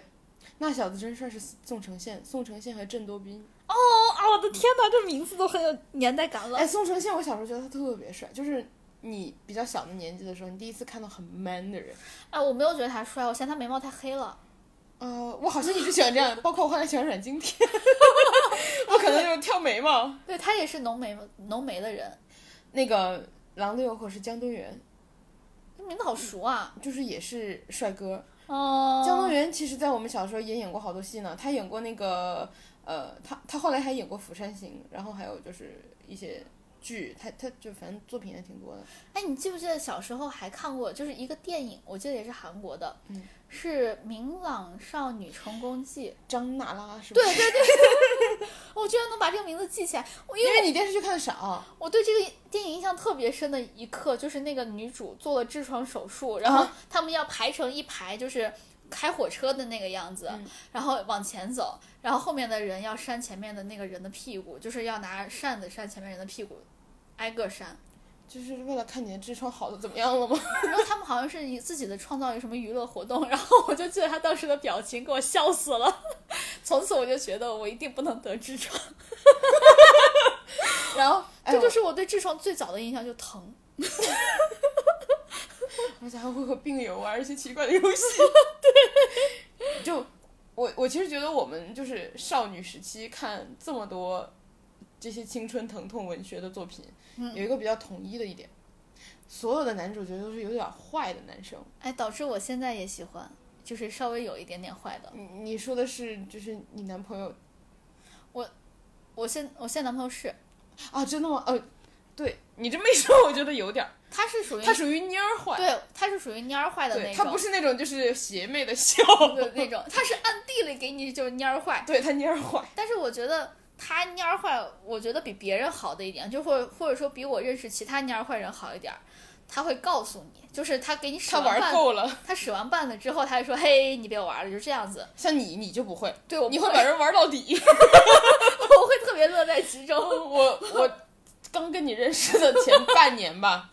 Speaker 3: 那小子真帅是宋承宪，宋承宪和郑多彬。
Speaker 2: 哦啊！我的天哪，这名字都很有年代感了
Speaker 3: 哎，宋承宪，我小时候觉得他特别帅，就是你比较
Speaker 2: 啊
Speaker 3: 小的年纪的时候，你第一次看到很 man 的人，
Speaker 2: 哎，我没有觉得他帅，我嫌他眉毛太黑了。
Speaker 3: 呃，我好像一直喜欢 这样，包括我后来喜欢阮经天， 我可能就是挑眉毛。
Speaker 2: 对他也是浓眉浓眉的人，
Speaker 3: 那个《狼的诱惑》是江东元，
Speaker 2: 这名字好熟啊。
Speaker 3: 就是也是帅哥。
Speaker 2: 哦，
Speaker 3: 江东元其实，在我们小时候也演过好多戏呢，他演过那个呃，他他后来还演过《釜山行》，然后还有就是一些剧，他他就反正作品也挺多的。
Speaker 2: 哎，你记不记得小时候还看过，就是一个电影，我记得也是韩国的，
Speaker 3: 嗯
Speaker 2: 是《明朗少女成功记
Speaker 3: 张娜拉是不是？对对》。
Speaker 2: 我居然能把这个名字记起来，我因
Speaker 3: 因
Speaker 2: 为
Speaker 3: 为你电视剧看的少，
Speaker 2: 我对这个电影印象特别深的一刻，就是那个女主做了痔疮手术，然后
Speaker 3: 啊
Speaker 2: 他们要排成一排，就是。开火车的那个样子，
Speaker 3: 嗯
Speaker 2: 然后往前走，然后后面的人要扇前面的那个人的屁股，就是要拿扇子扇前面人的屁股，挨个扇。
Speaker 3: 就是为了看你的痔疮好的怎么样 了吗？
Speaker 2: 然后他们好像是以自己的创造一个什么娱乐活动，然后我就记得他当时的表情，给我笑死了。 从此我就觉得我一定不能得痔疮，
Speaker 3: 然后
Speaker 2: 这就是是我对痔疮最早的印象，就疼。
Speaker 3: 而且还会和病友玩一些奇怪的游戏。 对，就我我其实觉得我们就是少女时期看这么多这些青春疼痛文学的作品，
Speaker 2: 嗯
Speaker 3: 有一个比较统一的一点，所有的男主角都是有点坏的男生。
Speaker 2: 哎，导致我现在也喜欢，就是稍微有一点点坏的。
Speaker 3: 你你说的是就是你男朋友
Speaker 2: 我现我现在男朋友是，
Speaker 3: 啊？真的吗？呃，对你这么一说，我觉得有点儿，
Speaker 2: 他是哦属于
Speaker 3: 他属于蔫儿坏。
Speaker 2: 对，他是属于蔫儿坏的
Speaker 3: 对
Speaker 2: 那
Speaker 3: 他不
Speaker 2: 种，
Speaker 3: 是那种就是邪魅的笑，
Speaker 2: 对那种，他是暗地里给你就是蔫儿坏，
Speaker 3: 对他蔫儿坏。
Speaker 2: 但是我觉得他蔫儿坏，我觉得比别人好的一点，就或或者说比我认识其他蔫儿坏人好一点儿。他会告诉你，就是他给你使
Speaker 3: 他
Speaker 2: 完
Speaker 3: 玩
Speaker 2: 绊，
Speaker 3: 够了，
Speaker 2: 他使完绊了之后，他就说：“嘿，你别玩了。”就这样子。
Speaker 3: 像你你就不会，
Speaker 2: 对，我
Speaker 3: 你
Speaker 2: 不
Speaker 3: 会
Speaker 2: 会
Speaker 3: 把，人玩到 底。
Speaker 2: 我会特别乐在其中。
Speaker 3: 我我刚跟你认识的前半年吧，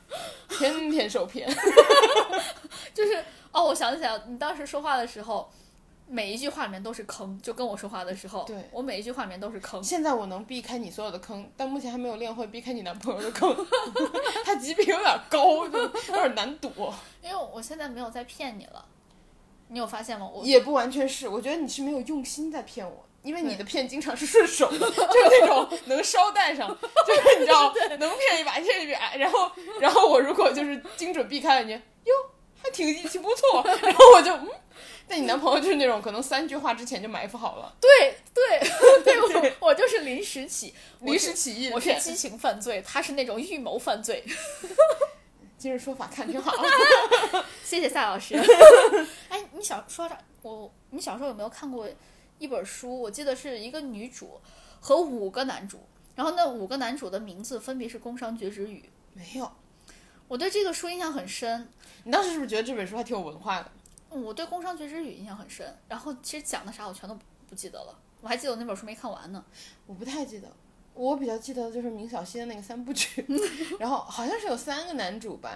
Speaker 3: 天天受骗。
Speaker 2: 就是哦，我想起来了，你当时说话的时候，每一句话里面都是坑，就跟我说话的时候，
Speaker 3: 对
Speaker 2: 我每一句话里面都是坑。
Speaker 3: 现在我能避开你所有的坑，但目前还没有练会避开你男朋友的坑， 他级别有点高，就有点难躲。
Speaker 2: 因为我现在没有在骗你了，你有发现吗？我
Speaker 3: 也不完全是，我觉得你是没有用心在骗我。因为你的骗经常是顺手的，就是那种能捎带上， 就是你知 道能骗一把骗一把，然后然后我如果就是精准避开了你，哟还挺运气不错， 然后我就嗯，但你男朋友就是那种可能三句话之前就埋伏好了，
Speaker 2: 对 对对，我我就是临时起，我
Speaker 3: 临
Speaker 2: 是
Speaker 3: 时起意
Speaker 2: 我是
Speaker 3: 骗。
Speaker 2: 激情犯罪，他是那种预谋犯罪。
Speaker 3: 今日说法看挺好，
Speaker 2: 谢谢赛老师。 哎，你小说啥？我你小时候有没有看过一本书？我记得是一个女主和五个男主，然后那五个男主的名字分别是工商绝职语。
Speaker 3: 没有。
Speaker 2: 我对这个书印象很深，
Speaker 3: 你当时是不是觉得这本书还挺有文化的？
Speaker 2: 我对工商绝职语印象很深。然后其实讲的啥我全都不记得了，我还记得我那本书没看完 呢。
Speaker 3: 我不太记得，我比较记得就是明晓溪的那个三部曲，然后好像是有三个男主吧，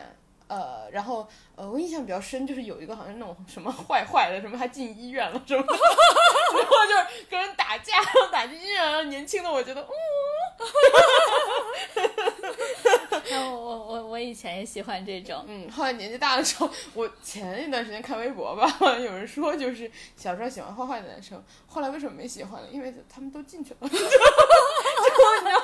Speaker 3: 呃，然后呃，我印象比较深就是有一个好像那种什么坏坏的，什么还进医院了什么的， 然后就是跟人打架，然后打进医院，然后年轻的我觉得，嗯，
Speaker 2: 哎，我我我我以前也喜欢这种。
Speaker 3: 嗯，后来年纪大的时候，我前一段时间看微博吧，好像有人说就是小时候喜欢坏坏的男生，后来为什么没喜欢了？因为他们都进去了，就 就你知道，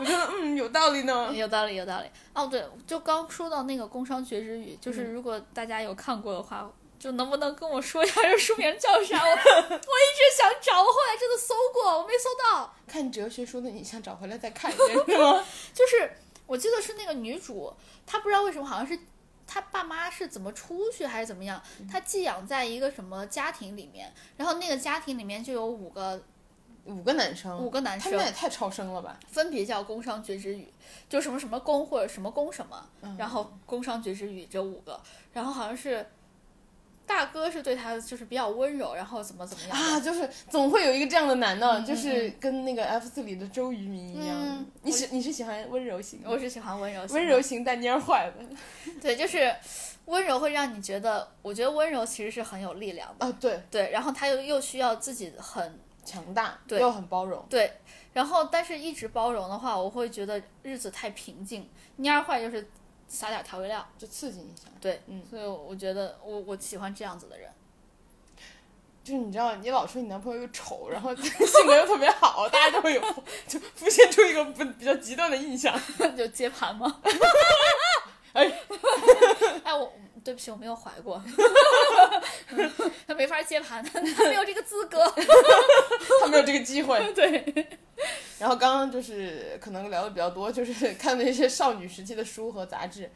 Speaker 3: 我觉得嗯有道理呢。
Speaker 2: 有道理，有道理。哦，对，就刚说到那个《工商绝之语》，就是如果大家有看过的话，就能不能跟我说一下这书名叫啥？我我一直想找，我后来真的搜过，我没搜到。
Speaker 3: 看哲学书的你想找回来再看一遍是吗？
Speaker 2: 就是我记得是那个女主，她不知道为什么好像是。她爸妈是怎么出去还是怎么样？她寄养在一个什么家庭里面，然后那个家庭里面就有五个
Speaker 3: 五个男生，
Speaker 2: 五个男
Speaker 3: 他
Speaker 2: 生，
Speaker 3: 们也太超生了吧？
Speaker 2: 分别叫工商绝之语，就什么什么工或者什么工什么，
Speaker 3: 嗯
Speaker 2: 然后工商绝之语这五个，然后好像是大哥是对他就是比较温柔，然后怎么怎么样的
Speaker 3: 啊，就是总会有一个这样的男的，
Speaker 2: 嗯
Speaker 3: 就是跟那个 F 四里的周渝民一样。
Speaker 2: 嗯
Speaker 3: 你喜你是喜欢温柔型的，
Speaker 2: 我是喜欢温柔型的，
Speaker 3: 温柔型但蔫坏的
Speaker 2: 对，就是温柔会让你觉得，我觉得温柔其实是很有力量的，
Speaker 3: 啊，对，
Speaker 2: 对，然后他又又需要自己很
Speaker 3: 强大，
Speaker 2: 对
Speaker 3: 又很包容。
Speaker 2: 对，然后但是一直包容的话，我会觉得日子太平静，蔫儿坏就是撒点调味料，
Speaker 3: 就刺激你一下。
Speaker 2: 对，
Speaker 3: 嗯
Speaker 2: 所以我觉得我我喜欢这样子的人，
Speaker 3: 就是你知道，你老说你男朋友又丑，然后 性格又特别好，大家都会有就浮现出一个不比较极端的印象。
Speaker 2: 就接盘吗？
Speaker 3: 哎，
Speaker 2: 哎，我对不起，我没有怀过， 嗯他没法接盘， 他他没有这个资格。
Speaker 3: 他没有这个机会。
Speaker 2: 对，
Speaker 3: 然后刚刚就是可能聊的比较多，就是 看的一些少女时期的书和杂志。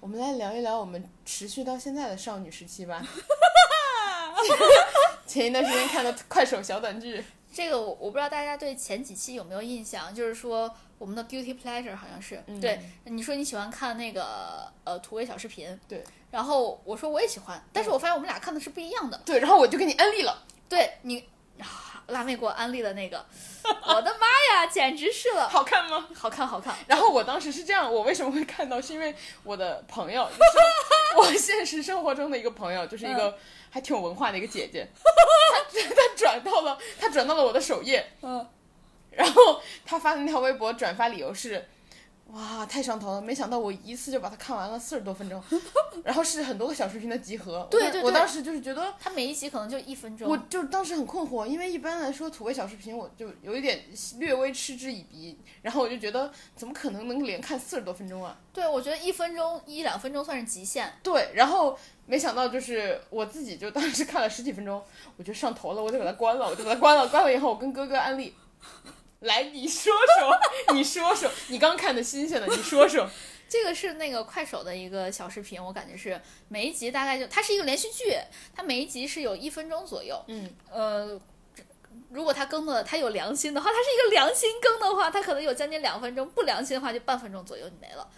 Speaker 3: 我们来聊一聊我们持续到现在的少女时期吧。前一段时间看的快手小短剧，
Speaker 2: 这个我我不知道大家对前几期有没有印象，就是说我们的 guilty pleasure 好像是、
Speaker 3: 嗯
Speaker 2: 对你说你喜欢看那个呃土味小视频，
Speaker 3: 对嗯
Speaker 2: 然后我说我也喜欢，但是我发现我们俩看的是不一样的。
Speaker 3: 对，然后我就给你安利了。
Speaker 2: 对你、啊辣妹给我安利的 那个，我的妈呀，简直是了，
Speaker 3: 好看吗？
Speaker 2: 好看好看。
Speaker 3: 然后我当时是这样，我为什么会看到，是因为我的朋友，就是我现实生活中的一个朋友，就是一个还挺有文化的一个姐姐，她 她转到了她转到了我的首页，
Speaker 2: 嗯，
Speaker 3: 然后她发的那条微博转发理由是。哇，太上头了！没想到我一次就把它看完了四十 多分钟，然后是很多个小视频的集合。我
Speaker 2: 对
Speaker 3: 当
Speaker 2: 对
Speaker 3: 我
Speaker 2: 对
Speaker 3: 当时就是觉得，
Speaker 2: 它每一集可能就一分钟。
Speaker 3: 我就当时很困惑，因为一般来说土味小视频，我就有一点略微嗤之以鼻，然后我就觉得怎么可能能连看四十多分钟啊？
Speaker 2: 对，我觉得一分钟一两分钟算是极限。
Speaker 3: 对，然后没想到就是我自己就当时看了十几分钟，我就上头了，我就把它关了，我就把它关了，关了以后我跟哥哥安利，来你说说，你说说，你刚看的新鲜的，你说说，
Speaker 2: 这个是那个快手的一个小视频，我感觉是每一集大概就它是一个连续剧，它每一集是有一分钟左右。
Speaker 3: 嗯，
Speaker 2: 呃，如果它更的它有良心的话，它 是一个良心更的话，它可能有将近两分钟；不良心的话，就半分钟左右你没了。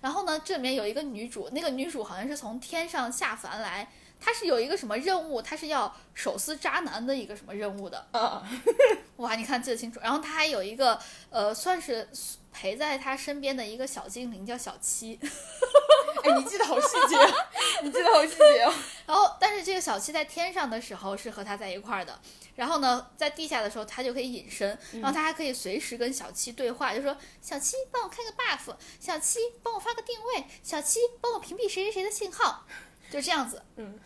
Speaker 2: 然后呢，这里面有一个女主，那个女主好像是从天上下凡来，她是有一个什么任务，她是要手撕渣男的一个什么任务的。
Speaker 3: 啊，
Speaker 2: 哇，你看记得清楚。然后他还有一个呃，算是陪在他身边的一个小精灵，叫小七。
Speaker 3: 哎，你记得好细节，啊你记得好细节哦，
Speaker 2: 然后，但是这个小七在天上的时候是和他在一块儿的，然后呢，在地下的时候他就可以隐身，然后他还可以随时跟小七对话，就说小七帮我开个 buff，小七帮我发个定位，小七帮我屏蔽谁谁谁的信号，就这样子。
Speaker 3: 嗯，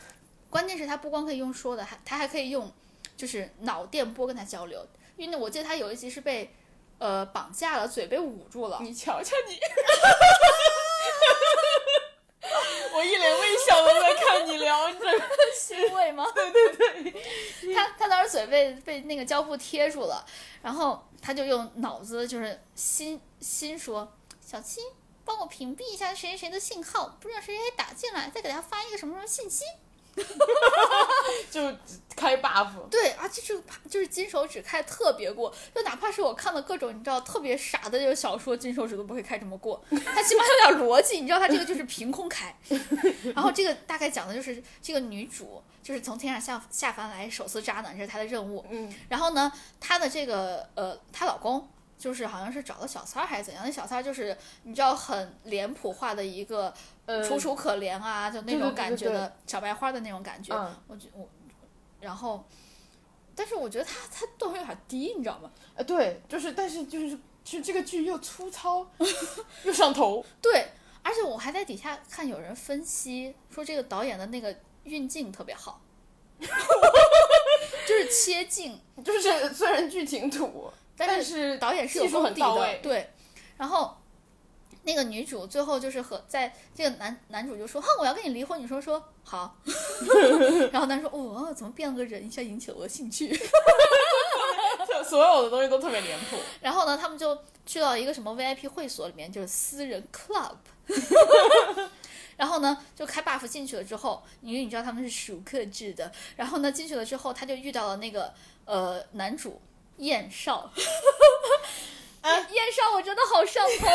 Speaker 2: 关键是他不光可以用说的，还他还可以用就是脑电波跟他交流，因为我记得他有一集是被。呃，绑架了，嘴被捂住了，
Speaker 3: 你瞧瞧你。 我一脸微笑的在看你聊这个，
Speaker 2: 欣慰吗？ 对对 对，他他当时嘴被被那个胶布贴住了，然后他就用脑子就是心心说小七。帮我屏蔽一下谁谁谁的信号，不知道谁谁谁打进来，再给他发一个什么什么信息。
Speaker 3: 就开 buff，
Speaker 2: 对啊，就是就是金手指开得特别过，就哪怕是我看了各种你知道特别傻的这种小说，金手指都不会开这么过，它起码有点逻辑，你知道它这个就是凭空 开。然后这个大概讲的就是这个女主就是从天上下下凡来手撕渣男，这是她的任务。
Speaker 3: 嗯，
Speaker 2: 然后呢，她的这个呃，她老公就是好像是找了小三儿还是怎样，那小三儿就是你知道很脸谱化的一个
Speaker 3: 呃
Speaker 2: 楚楚可怜啊，就那
Speaker 3: 对
Speaker 2: 种
Speaker 3: 对
Speaker 2: 感
Speaker 3: 对
Speaker 2: 觉
Speaker 3: 对
Speaker 2: 的小白花的那种感觉。
Speaker 3: 嗯
Speaker 2: 我觉我，然后，但是我觉得他他段位有点低，你知道吗？
Speaker 3: 呃，对，就是，但是就是，就这个剧又粗糙，又上头，
Speaker 2: 对，而且我还在底下看有人分析说这个导演的那个运镜特别 好，就是切镜，
Speaker 3: 就是虽然剧情土，但
Speaker 2: 但
Speaker 3: 是
Speaker 2: 导演是有
Speaker 3: 技术
Speaker 2: 功
Speaker 3: 很
Speaker 2: 底
Speaker 3: 到
Speaker 2: 的
Speaker 3: 位，
Speaker 2: 对。然后那个女主最后就是和在这个男男主就说：“哼，我要跟你离婚。”你说说好， 然后男主说：“哦，怎么变了个人，一下引起了我的兴趣。”
Speaker 3: 就所有的东西都特别脸谱。
Speaker 2: 然后呢，他们就去到一个什么 VIP 会所里面，就是私人 club。然后呢，就开 buff 进去了之后，因为你知道他们是熟客制的。然后呢，进去了之后，他就遇到了那个呃男主燕少。
Speaker 3: 啊
Speaker 2: 燕燕少，我真的好上头。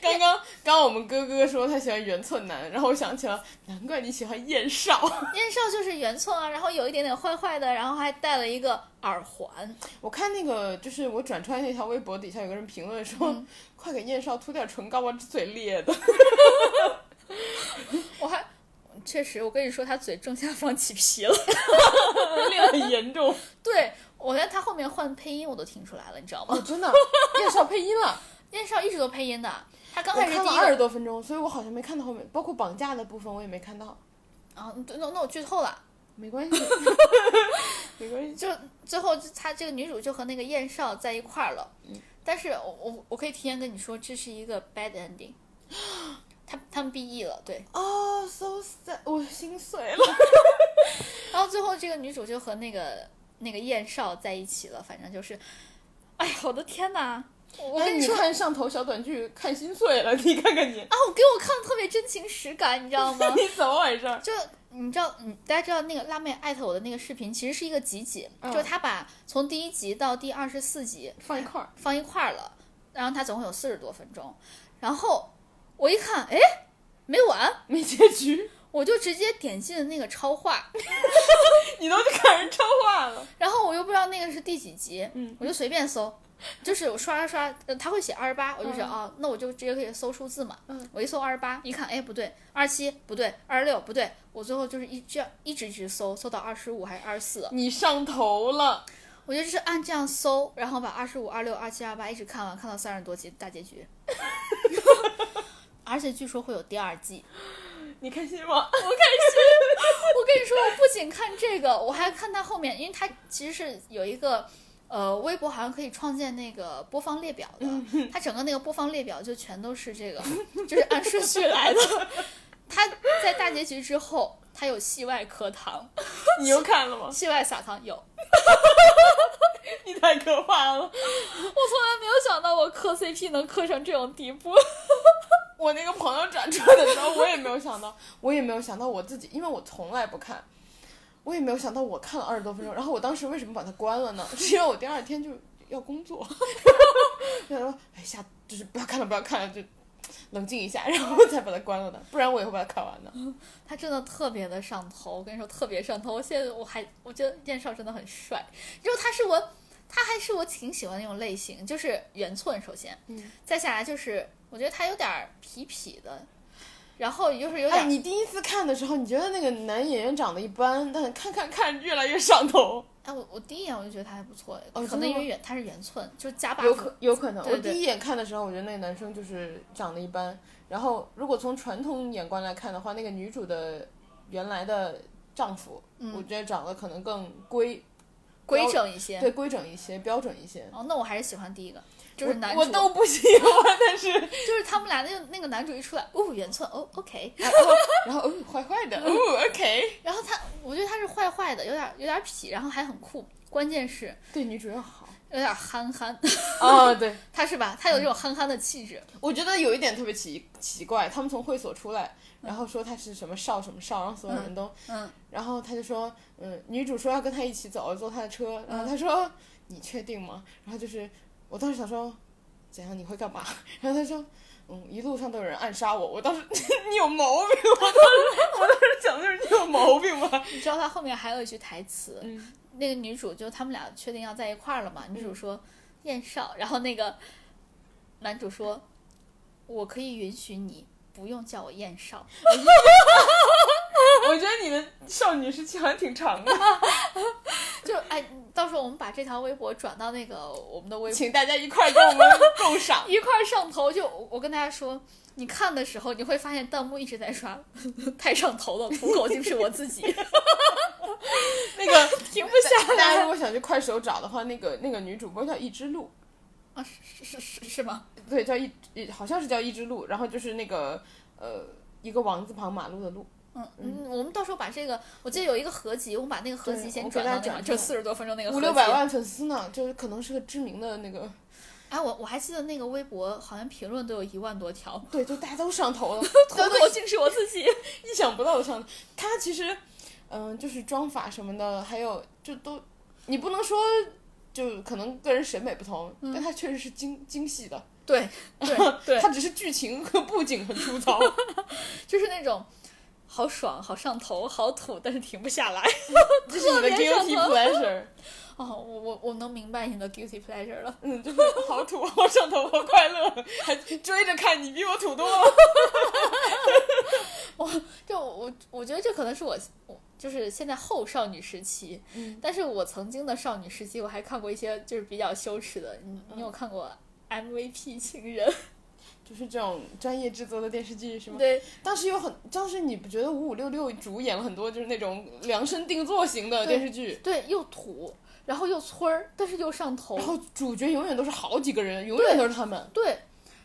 Speaker 3: 刚刚刚我们哥哥说他喜欢圆寸男，然后我想起了，难怪你喜欢燕少。
Speaker 2: 燕少就是原创啊，然后有一点点坏坏的，然后还戴了一个耳环。
Speaker 3: 我看那个就是我转传那条微博底下有个人评论说，快给燕少涂点唇膏吧，这嘴裂的。
Speaker 2: 我还确实，我跟你说，他嘴正下方起皮了。
Speaker 3: 嗯裂得 很严重。
Speaker 2: 对我在他后面换配音，我都听出来了，你知道吗？
Speaker 3: 哦，真 的，燕少配音了，
Speaker 2: 燕少一直都配音的，他
Speaker 3: 我
Speaker 2: 刚开始
Speaker 3: 看
Speaker 2: 第
Speaker 3: 了
Speaker 2: 一
Speaker 3: 二十
Speaker 2: 个，
Speaker 3: 多分钟，所以我好像没看到后面，包括绑架的部分我也没看到。
Speaker 2: 啊，对那那我剧透了，
Speaker 3: 没关 系，没关系。
Speaker 2: 就最后就她这个女主就和那个燕少在一块儿了。
Speaker 3: 嗯
Speaker 2: 但是我我我可以提前跟你说，这是一个 bad ending。他他们 BE 了，对。
Speaker 3: 哦、s o sad，我心碎了。
Speaker 2: 然后最后这个女主就和那个那个燕少在一起了，反正就是，哎呀，我的天哪！我我
Speaker 3: 哎
Speaker 2: 跟
Speaker 3: 你
Speaker 2: 说，
Speaker 3: 看上头小短剧看心碎了，你 看看你，
Speaker 2: 啊，我给我看的特别真情实感，你知道吗？
Speaker 3: 你怎么回事？
Speaker 2: 就你知道，嗯，大家知道那个辣妹艾特我的那个视频，其实是一个集锦，
Speaker 3: 嗯
Speaker 2: 就是她把从第一集到第二十四集
Speaker 3: 放一块儿，
Speaker 2: 放一块儿了，然后它总共有四十多分钟，然后我一看，哎，没完，
Speaker 3: 没结局，
Speaker 2: 我就直接点进了那个超话，
Speaker 3: 你都赶上超话了。
Speaker 2: 然后我又不知道那个是第几集，
Speaker 3: 嗯，
Speaker 2: 我就随便 搜，就是我刷刷刷，呃他会写二十八，我就想、
Speaker 3: 嗯
Speaker 2: 啊，那我就直接可以搜数字嘛，
Speaker 3: 嗯，
Speaker 2: 我一搜二十八，一看，哎，不对，二七不对，二十六不对，我最后就是一这样一直一直搜，搜到二十五还是二十四，
Speaker 3: 你上头了，
Speaker 2: 我就是按这样搜，然后把二十五、二六、二七、二八一直看完，看到三十多集大结局， 而且据说会有第二季。
Speaker 3: 你开心吗？
Speaker 2: 我跟你说，我不仅看这个，我还看它后面，因为它其实是有一个。呃，微博好像可以创建那个播放列表的，它整个那个播放列表就全都是这个， 就是按顺序来的。 它在大结局之后，它有戏外课堂，
Speaker 3: 你又看了吗？
Speaker 2: 戏外撒糖有。我
Speaker 3: 你太可怕了！
Speaker 2: 从来没有想到我磕 CP 能磕成这种地步。
Speaker 3: 我那个朋友转车的时候，我也没有想到，我也没有想到我自己，因为我从来不看，我也没有想到我看了二十多分钟。然后我当时为什么把它关了呢？ 是因为我第二天就要工作， 然后说哎下就是不要看了，不要看了，就冷静一下，然后我才把它关了的，不然我也会把它看完的。
Speaker 2: 他真的特别的上头，我跟你说特别上头。我现在我还我觉得燕少真的很帅，你知道他是我，他还是我挺喜欢那种类型，就是圆寸首先，
Speaker 3: 嗯，
Speaker 2: 再下来就是我觉得他有点儿痞痞的，然后就是有点
Speaker 3: 哎，
Speaker 2: 儿、
Speaker 3: 你第一次看的时候，你觉得那个男演员长得一般，但看看看越来越上头，
Speaker 2: 哎我我第一眼我就觉得他还不错，
Speaker 3: 哦
Speaker 2: 可
Speaker 3: 真的
Speaker 2: 能因
Speaker 3: 吗
Speaker 2: 为圆他是圆寸，就是加 buff，
Speaker 3: 有可有可能，
Speaker 2: 对对
Speaker 3: 我第一眼看的时候，我觉得那个男生就是长得一般。然后，如果从传统眼光来看的话，那个女主的原来的丈夫，
Speaker 2: 嗯
Speaker 3: 我觉得长得可能更规，
Speaker 2: 规整一些。
Speaker 3: 对规整一些，标准一些。
Speaker 2: 哦，那我还是喜欢第一个，就是男主，
Speaker 3: 我我都不喜欢，但是，
Speaker 2: 就是他们俩那个那个男主一出来，哦，圆寸，哦，OK，
Speaker 3: 然后然后哦，坏坏的，哦，OK，
Speaker 2: 然后他，我觉得他是坏坏的，有点儿有点儿痞，然后还很酷，关键是。
Speaker 3: 对女主要 好。
Speaker 2: 有点憨憨，
Speaker 3: 啊，对，
Speaker 2: 他是吧？他有这种憨憨的气质。
Speaker 3: 我觉得有一点特别奇奇怪，他们从会所出来，然后说他是什么少什么少，然后所有人都
Speaker 2: 嗯，
Speaker 3: 然后他就说，嗯，女主说要跟他一起走，坐他的车，然后他说，你确定吗？然后就是，我当时想说，怎样你会干嘛？ 然后他说，嗯，一路上都有人暗杀我，我当时 你有毛病， 我当时我当时想的是你有毛病吧？
Speaker 2: 你知道他后面还有一句台词，
Speaker 3: 嗯
Speaker 2: 那个女主就他们俩确定要在一块儿了嘛？女主说燕少，然后那个男主说，我可以允许你不用叫我燕 少。
Speaker 3: 我觉得你的少女时期好像挺长的，
Speaker 2: 就哎，到时候我们把这条微博转到那个我们的微博，
Speaker 3: 请大家一块儿跟我们共赏。
Speaker 2: 一块儿上头就。我我跟大家说，你看的时候你会发现弹幕一直在刷 太上头了，土狗就是我自己，
Speaker 3: 那个
Speaker 2: 停不
Speaker 3: 大
Speaker 2: 下
Speaker 3: 家如
Speaker 2: 来。
Speaker 3: 果想去快手找的话，那个那个女主播叫一之路，
Speaker 2: 啊，是是是是吗？
Speaker 3: 对，叫一一好像是叫一之路，然后就是那个呃一个王字旁马路的路。
Speaker 2: 嗯，嗯，我们到时候把这个，我记得有一个合集，我们把那个合集
Speaker 3: 对
Speaker 2: 先
Speaker 3: 我给
Speaker 2: 转
Speaker 3: 大
Speaker 2: 到
Speaker 3: 家
Speaker 2: 那个，
Speaker 3: 转
Speaker 2: 就
Speaker 3: 出
Speaker 2: 四十多分钟那个合
Speaker 3: 五
Speaker 2: 集。
Speaker 3: 六百。万粉丝呢，就是可能是个知名的那个，
Speaker 2: 哎，我我还记得那个微博好像评论都有一万多 条，
Speaker 3: 对，就大家都上 头了，
Speaker 2: 土
Speaker 3: 大家
Speaker 2: 狗
Speaker 3: 都
Speaker 2: 竟是我自己。
Speaker 3: 意想不到的上头。他其实，嗯、就是妆法什么的，还有就都，你不能说就可能个人审美不同，但他确实是精精细的，
Speaker 2: 对对嗯对，
Speaker 3: 他只是剧情和布景很 粗糙。
Speaker 2: 就是那种好爽、好上头、好土，但是停不下来。
Speaker 3: 这是你的
Speaker 2: 特别上
Speaker 3: guilty
Speaker 2: 头
Speaker 3: pleasure，
Speaker 2: 哦，我我我能明白你的 guilty pleasure 了。
Speaker 3: 嗯，就是好土，好上头，好快乐，还追着看，你比我土多了。
Speaker 2: 就我我觉得这可能是我我就是现在后少女时期，
Speaker 3: 嗯
Speaker 2: 但是我曾经的少女时期，我
Speaker 3: 嗯
Speaker 2: 还看过一些就是比较羞耻的。你你有看过 MVP 情人？
Speaker 3: 就是这种专业制作的电视剧是吗？
Speaker 2: 对，
Speaker 3: 当时有很，当时你不觉得五五六六主演了很多就是那种量身定做型的电视剧，
Speaker 2: 对，又土，然后又村儿，但是又上头
Speaker 3: 然。后主角永远都是好几个人，永远都是他们。
Speaker 2: 对，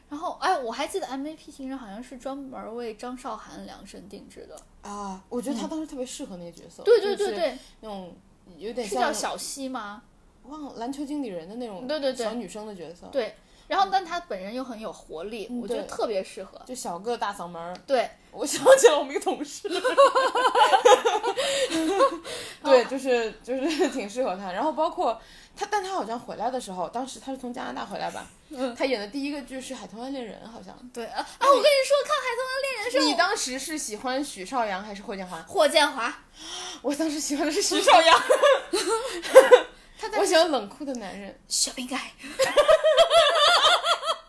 Speaker 2: 然后哎，我还记得 MVP 情人好像是专门为张韶涵量身定制的。
Speaker 3: 啊，我觉得他当时特别适合那个角色，
Speaker 2: 对对对
Speaker 3: 就是
Speaker 2: 对，
Speaker 3: 那种有点
Speaker 2: 是叫
Speaker 3: 像
Speaker 2: 小溪吗？
Speaker 3: 忘了篮球经理人的那种
Speaker 2: 对对对
Speaker 3: 小女生的角色，
Speaker 2: 对然后，但她本人又很有活力，
Speaker 3: 嗯
Speaker 2: 我觉得
Speaker 3: 对
Speaker 2: 特别适合。
Speaker 3: 就小个大嗓门儿。
Speaker 2: 对，
Speaker 3: 我想起来我们一个同事， 对，就是就是 挺适合他。然后包括他，但他好像回来的时候，当时他是从加拿大回来吧？
Speaker 2: 嗯
Speaker 3: 他演的第一个剧是《海豚湾恋人》，好像。
Speaker 2: 对啊啊！我跟你说，看《海豚湾恋人》是
Speaker 3: 哎你当时是喜欢许绍洋还是霍建华？
Speaker 2: 霍建华，
Speaker 3: 我当时喜欢的是许绍 洋，
Speaker 2: 他在
Speaker 3: 我喜欢冷酷的男人。
Speaker 2: 小饼干，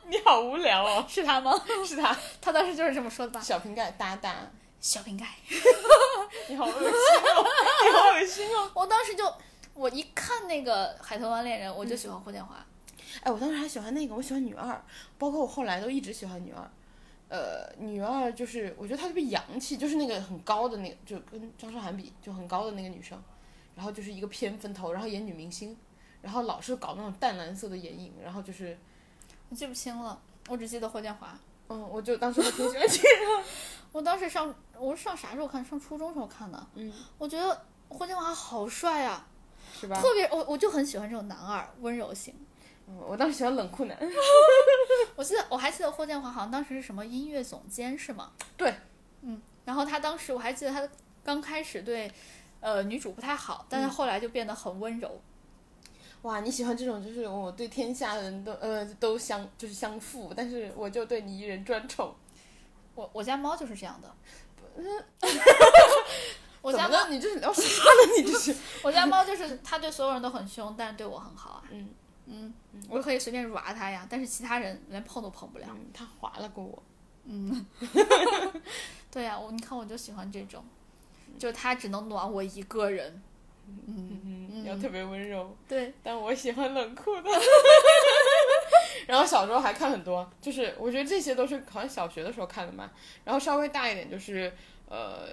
Speaker 3: 你好无聊哦，
Speaker 2: 是他吗？
Speaker 3: 是他
Speaker 2: 他当时就是这么说的吧？
Speaker 3: 小瓶盖哒哒。
Speaker 2: 小饼干，
Speaker 3: 你好恶心哦！你好恶心哦！
Speaker 2: 我当时就我一看那个《海豚湾恋人》，
Speaker 3: 嗯
Speaker 2: 我就喜欢霍建华。
Speaker 3: 哎，我当时还喜欢那个，我喜欢女二，包括我后来都一直喜欢女二。呃，女二就是我觉得她特别洋气，就是那个很高的那个，就跟张韶涵比就很高的那个女生，然后就是一个偏分头，然后演女明星，然后老是搞那种淡蓝色的眼影，然后就是，
Speaker 2: 我记不清了，我只记得霍建华。
Speaker 3: 嗯，我就当时就挺喜欢这
Speaker 2: 我当时上我是上啥时候看？上初中时候看的。
Speaker 3: 嗯，
Speaker 2: 我觉得霍建华好帅啊，
Speaker 3: 个，是吧？
Speaker 2: 特别我我就很喜欢这种男二温柔型。
Speaker 3: 嗯，我当时喜欢冷酷男，
Speaker 2: 我记得我还记得霍建华好像当时是什么音乐总监是吗？
Speaker 3: 对，
Speaker 2: 嗯，然后他当时我还记得他刚开始对。呃，女主不太好，但是
Speaker 3: 嗯
Speaker 2: 后来就变得很温柔。
Speaker 3: 哇，你喜欢这种就是我对天下人都呃都相就是相负，但是我就对你一人专宠。
Speaker 2: 我我家猫就是这样 的。我家
Speaker 3: 怎
Speaker 2: 猫
Speaker 3: 么，了？你这是聊啥呢？你 这是？
Speaker 2: 我家猫就是它对所有人都很凶，但是对我很好啊。
Speaker 3: 嗯
Speaker 2: 嗯，我可以随便抓它呀，但是其他人连碰都碰不了。
Speaker 3: 嗯，他划了过我。
Speaker 2: 对呀、我你看我就喜欢这种，就它只能暖我一个人。嗯，
Speaker 3: 嗯，然后特别温柔，
Speaker 2: 对，
Speaker 3: 但我喜欢冷 酷的。然后小时候还看很多，就是我觉得这些都是好像小学的时候看的嘛。然后稍微大一点就是呃，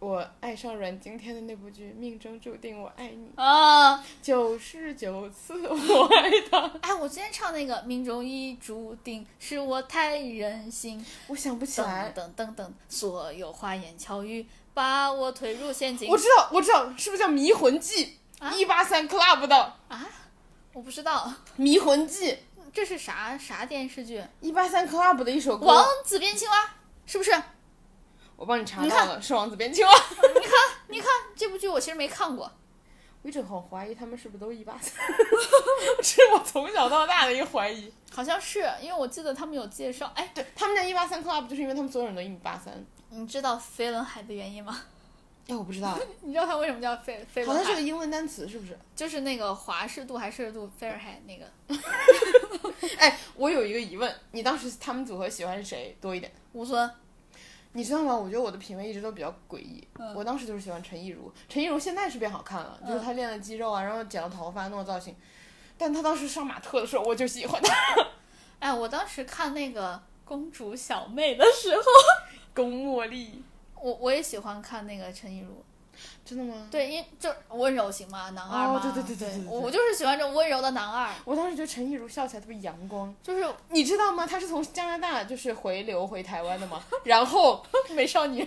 Speaker 3: 我爱上阮经天的那部剧《命中注定我爱你
Speaker 2: 啊，》，
Speaker 3: 九十九次我爱他。
Speaker 2: 哎，我今天唱那个《命中已注定》，是我太任性，
Speaker 3: 我想不起
Speaker 2: 等
Speaker 3: 来，
Speaker 2: 等等等，所有花言巧语把我推入陷阱
Speaker 3: 我。知道，我知道，是不是叫《迷魂记
Speaker 2: 啊》？
Speaker 3: 一八三 club 的
Speaker 2: 我不知道
Speaker 3: 《迷魂记》，
Speaker 2: 这是啥啥电视剧，《
Speaker 3: 一八三 club 的一首歌。
Speaker 2: 王子变青蛙》是不是？
Speaker 3: 我帮你查
Speaker 2: 你
Speaker 3: 到
Speaker 2: 看
Speaker 3: 了，是王子变青蛙。
Speaker 2: 你看这部剧，我其实没看过。
Speaker 3: 我一直很怀疑他们是不是都一八三， 这是我从小到大的一个怀疑。
Speaker 2: 好像是，因为我记得他们有介绍。哎，
Speaker 3: 对他们叫一八三 club，就是因为他们所有人都一米八三。
Speaker 2: 你知道飞轮海的原因吗？
Speaker 3: 哎，我不知道，
Speaker 2: 你知道它为什么叫飞飞
Speaker 3: 好
Speaker 2: 轮
Speaker 3: 像是
Speaker 2: 海
Speaker 3: 个？英文单词，是不是？
Speaker 2: 就是那个华氏度还是摄氏度 Fahrenheit 那个
Speaker 3: 哎，我有一个疑问，你当时他们组合喜欢谁多一点？
Speaker 2: 吴尊。
Speaker 3: 你知道吗？我觉得我的品味一直都比较诡异。
Speaker 2: 嗯
Speaker 3: 我当时就是喜欢陈亦儒，陈亦儒现在是变好看了，就是她练了肌肉啊，然后剪了头发，弄了造型。但她当时上马特的时候，我就喜 欢她。
Speaker 2: 哎，我当时看那个公主小妹的时候，
Speaker 3: 龚茉莉，
Speaker 2: 我我也喜欢看那个陈亦儒。
Speaker 3: 真的吗？
Speaker 2: 对，因为就是温柔型嘛，男二嘛。
Speaker 3: 哦对对对
Speaker 2: 对
Speaker 3: 对对对
Speaker 2: 我我就是喜欢这种温柔的男二，
Speaker 3: 我当时觉得陈亦儒笑起来特别阳光。
Speaker 2: 就是
Speaker 3: 你知道吗？他是从加拿大就是回流回台湾的嘛，然后
Speaker 2: 美少女。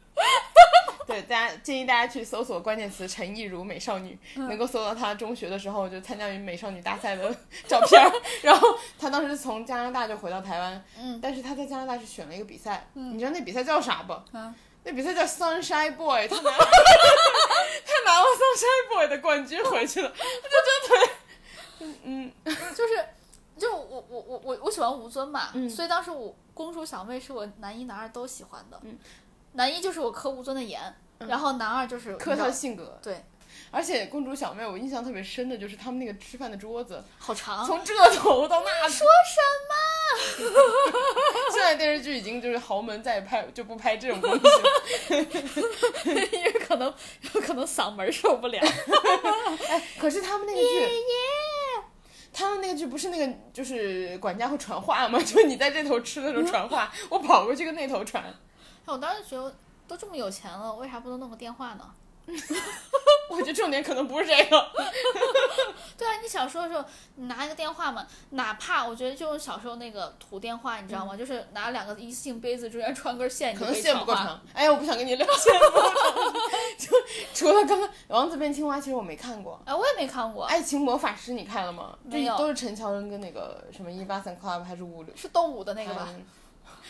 Speaker 3: 对大家建议大家去搜索关键词“陈亦儒美少女”，
Speaker 2: 嗯
Speaker 3: 能够搜到她中学的时候就参加于美少女大赛的 照片儿。然后她当时是从加拿大就回到台湾，
Speaker 2: 嗯
Speaker 3: 但是她在加拿大是选了一个比赛，你知道那比赛叫啥不？
Speaker 2: 啊，
Speaker 3: 那比赛叫 Sunshine Boy，他 拿他拿了 Sunshine Boy 的冠军回去了，
Speaker 2: 就是就我我我我我喜欢吴尊嘛，
Speaker 3: 嗯
Speaker 2: 所以当时我公主小妹是我男一男二都喜欢的。
Speaker 3: 嗯
Speaker 2: 男一就是我磕吴尊的颜，然后男二就是
Speaker 3: 磕他的
Speaker 2: 你知
Speaker 3: 性格。
Speaker 2: 对，
Speaker 3: 而且公主小妹，我印象特别深的就是他们那个吃饭的桌子，
Speaker 2: 道好长。
Speaker 3: 从这头 到那说什么？现在电视剧已经就是豪门再也拍就不拍这种东西了。
Speaker 2: 因为可能 有可能嗓门受不了。
Speaker 3: 哎，可是他们那个剧，他们那个剧不是那个就是管家会传话吗？ 就是你在这头吃的时候传 话，我跑过去跟那头传。
Speaker 2: 哎我当时觉得都这么有钱了，为啥不能弄个电话呢？
Speaker 3: 我觉得重点可能不是这个，
Speaker 2: 对啊，你小时候的时候，你拿一个电话嘛，哪怕我觉得就用小时候那个土电话，你知道吗？就是拿两个一次性杯子中间穿根线，你
Speaker 3: 嗯可
Speaker 2: 就
Speaker 3: 能
Speaker 2: 可以
Speaker 3: 线
Speaker 2: 传
Speaker 3: 不够
Speaker 2: 话。
Speaker 3: 长。哎，我不想跟你聊线不够长。 就除了刚刚《王子变青蛙》，其实我没看过。
Speaker 2: 哎，我也没看过，
Speaker 3: 《爱情魔法师》你看了吗？
Speaker 2: 没
Speaker 3: 这
Speaker 2: 有
Speaker 3: 都是陈乔恩跟那个什么一八三 club 还是五六
Speaker 2: 是动物的那个
Speaker 3: 嗯
Speaker 2: 吧？？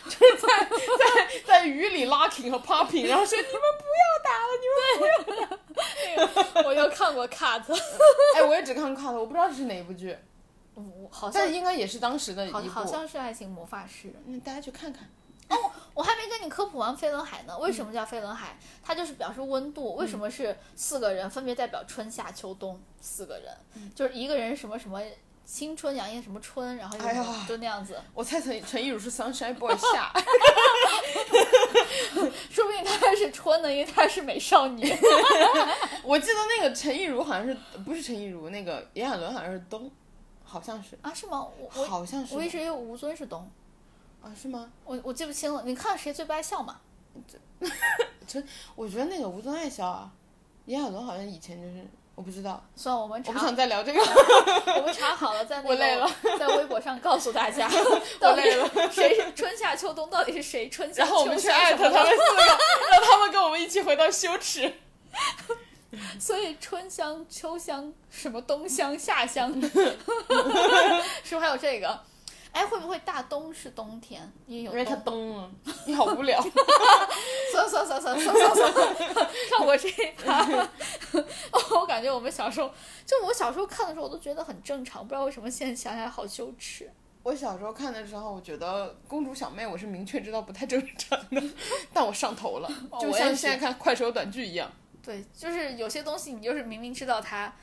Speaker 3: 就是在在 在雨里 locking 和 popping，然后说你们不要打了，你哎
Speaker 2: 我又看过 cut，
Speaker 3: 们。哎，我也只看 club，我不知道这是哪一部剧，
Speaker 2: 嗯好像
Speaker 3: 但应该也是当时的一
Speaker 2: 好
Speaker 3: 部。
Speaker 2: 好像是爱情魔法师。
Speaker 3: 嗯大家去看看。
Speaker 2: 我还没跟你科普完飞轮海呢，为什
Speaker 3: 嗯
Speaker 2: 么叫飞轮海？它就是表示温度。为什么是四个人，分别代表春夏秋冬四个人？
Speaker 3: 嗯
Speaker 2: 就是一个人什么什么青春洋溢什么春，然后就、
Speaker 3: 哎呀
Speaker 2: 就那样子，
Speaker 3: 我猜陈陈亦儒是 Sunshine Boy 夏，
Speaker 2: 说不定他是春的，因为他是美少 女。
Speaker 3: 我记得那个陈亦儒好像是不是陈亦儒，那个炎亚纶好像是冬，好像是，
Speaker 2: 啊，是吗？我我
Speaker 3: 好像是
Speaker 2: 我一直以为吴尊是冬，
Speaker 3: 啊是吗？
Speaker 2: 我我记不清了。你看谁最不爱笑嘛？
Speaker 3: 我觉得那个吴尊爱笑啊，炎亚纶好像以前就是我不知道，
Speaker 2: 算了，我们
Speaker 3: 我
Speaker 2: 查
Speaker 3: 不，想再聊这个，
Speaker 2: 我们查好了， 在那
Speaker 3: 我累了
Speaker 2: 个在微博上告诉大家，
Speaker 3: 我
Speaker 2: 到底
Speaker 3: 累了。
Speaker 2: 谁是春夏秋冬，到底是谁春夏
Speaker 3: 然
Speaker 2: 秋
Speaker 3: 后我们去
Speaker 2: 夏
Speaker 3: 艾
Speaker 2: 什
Speaker 3: 特
Speaker 2: 么的
Speaker 3: 他们四个， 让他们跟我们一起回到羞耻。
Speaker 2: 所以春香、秋香、什么冬香、夏香，是不是还有这个？哎，会不会大冬是冬天？因为有冬。
Speaker 3: 冬 了，你好无聊。
Speaker 2: 算了算了算了算了算了算了，看我这一趴。哦，我感觉我们小时候，就我小时候看的时候，我都觉得很正常，不知道为什么现在想起来好羞耻。
Speaker 3: 我小时候看的时候，我觉得《公主小妹》我是明确知道不太正常的，但我上头了，
Speaker 2: 哦
Speaker 3: 就
Speaker 2: 我也
Speaker 3: 像
Speaker 2: 是
Speaker 3: 现在看快手短剧一样。
Speaker 2: 对，就是有些东西你就是明明知道它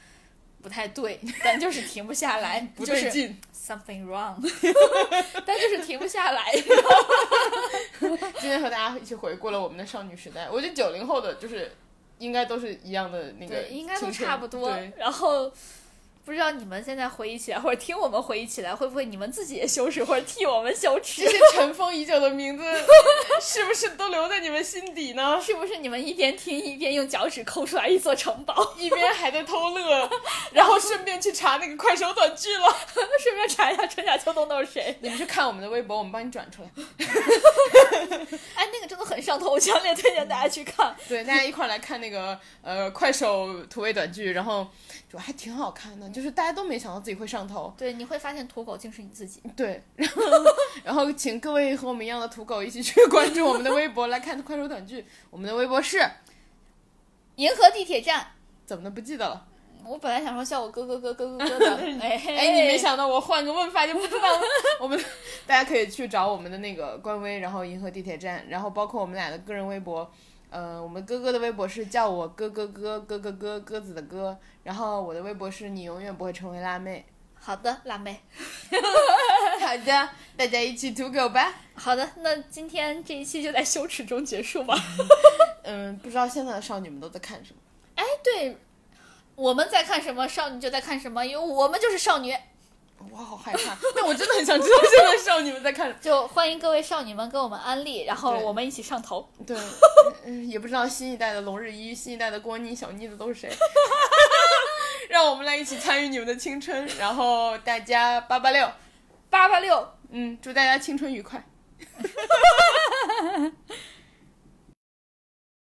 Speaker 2: 不太对，但就是停不下来，
Speaker 3: 不
Speaker 2: 就
Speaker 3: 对
Speaker 2: 是
Speaker 3: 劲，
Speaker 2: something wrong，但就是停不下来。
Speaker 3: 今天和大家一起回顾了我们的少女时代。我觉得九零后的就是应该都是一样的那个
Speaker 2: 对，
Speaker 3: 青春，
Speaker 2: 应该都差不多
Speaker 3: 对。
Speaker 2: 然后不知道你们现在回忆起来，或者听我们回忆起来，会不会你们自己也羞耻，或者替我们羞耻
Speaker 3: 这？些尘封已久的名字，是不是都留在你们心底呢？
Speaker 2: 是不是你们一边听一边用脚趾抠出来一座城堡，
Speaker 3: 一边还在偷乐，然后顺便去查那个快手短剧了。
Speaker 2: 顺便查一下春夏秋冬都是谁？
Speaker 3: 你们去看我们的微博，我们帮你转出来。
Speaker 2: 哎，那个真的很上头，我强烈推荐大家去看。
Speaker 3: 对，大家一块儿来看那个呃快手土味短剧，然后就还挺好看的，就是大家都没想到自己会上头。
Speaker 2: 对，你会发现土狗竟是你自己。
Speaker 3: 对，然后 然后请各位和我们一样的土狗一起去关注我们的微博，来看快手短剧。我们的微博是
Speaker 2: 银河地铁站，
Speaker 3: 怎么的不记得了？
Speaker 2: 我本来想说叫我哥哥哥哥哥哥 的，哎
Speaker 3: 哎，你没想到我换个问法就不知道了。我们大家可以去找我们的那个官微，然后银河地铁站，然后包括我们俩的个人微博。呃，我们哥哥的微博是叫我哥哥哥哥哥哥鸽子的哥，然后我的微博是你永远不会成为辣妹。
Speaker 2: 好的，辣妹。
Speaker 3: 好的，大家一起土狗吧。
Speaker 2: 好的，那今天这一期就在羞耻中结束吧。
Speaker 3: 嗯，不知道现在的少女们都在看什么？
Speaker 2: 哎，对，我们在看什么，少女就在看什么，因为我们就是少女。
Speaker 3: 我好害 怕，但我真的很想知道现在少女们在看什么。
Speaker 2: 就欢迎各位少女们跟我们安利，然后
Speaker 3: 对
Speaker 2: 我们一起上头。
Speaker 3: 对，嗯，也不知道新一代的龙日一、新一代的郭妮、小妮子都是谁。 让我们来一起参与你们的青春，然后大家八八六，
Speaker 2: 八八六，
Speaker 3: 嗯，祝大家青春愉快。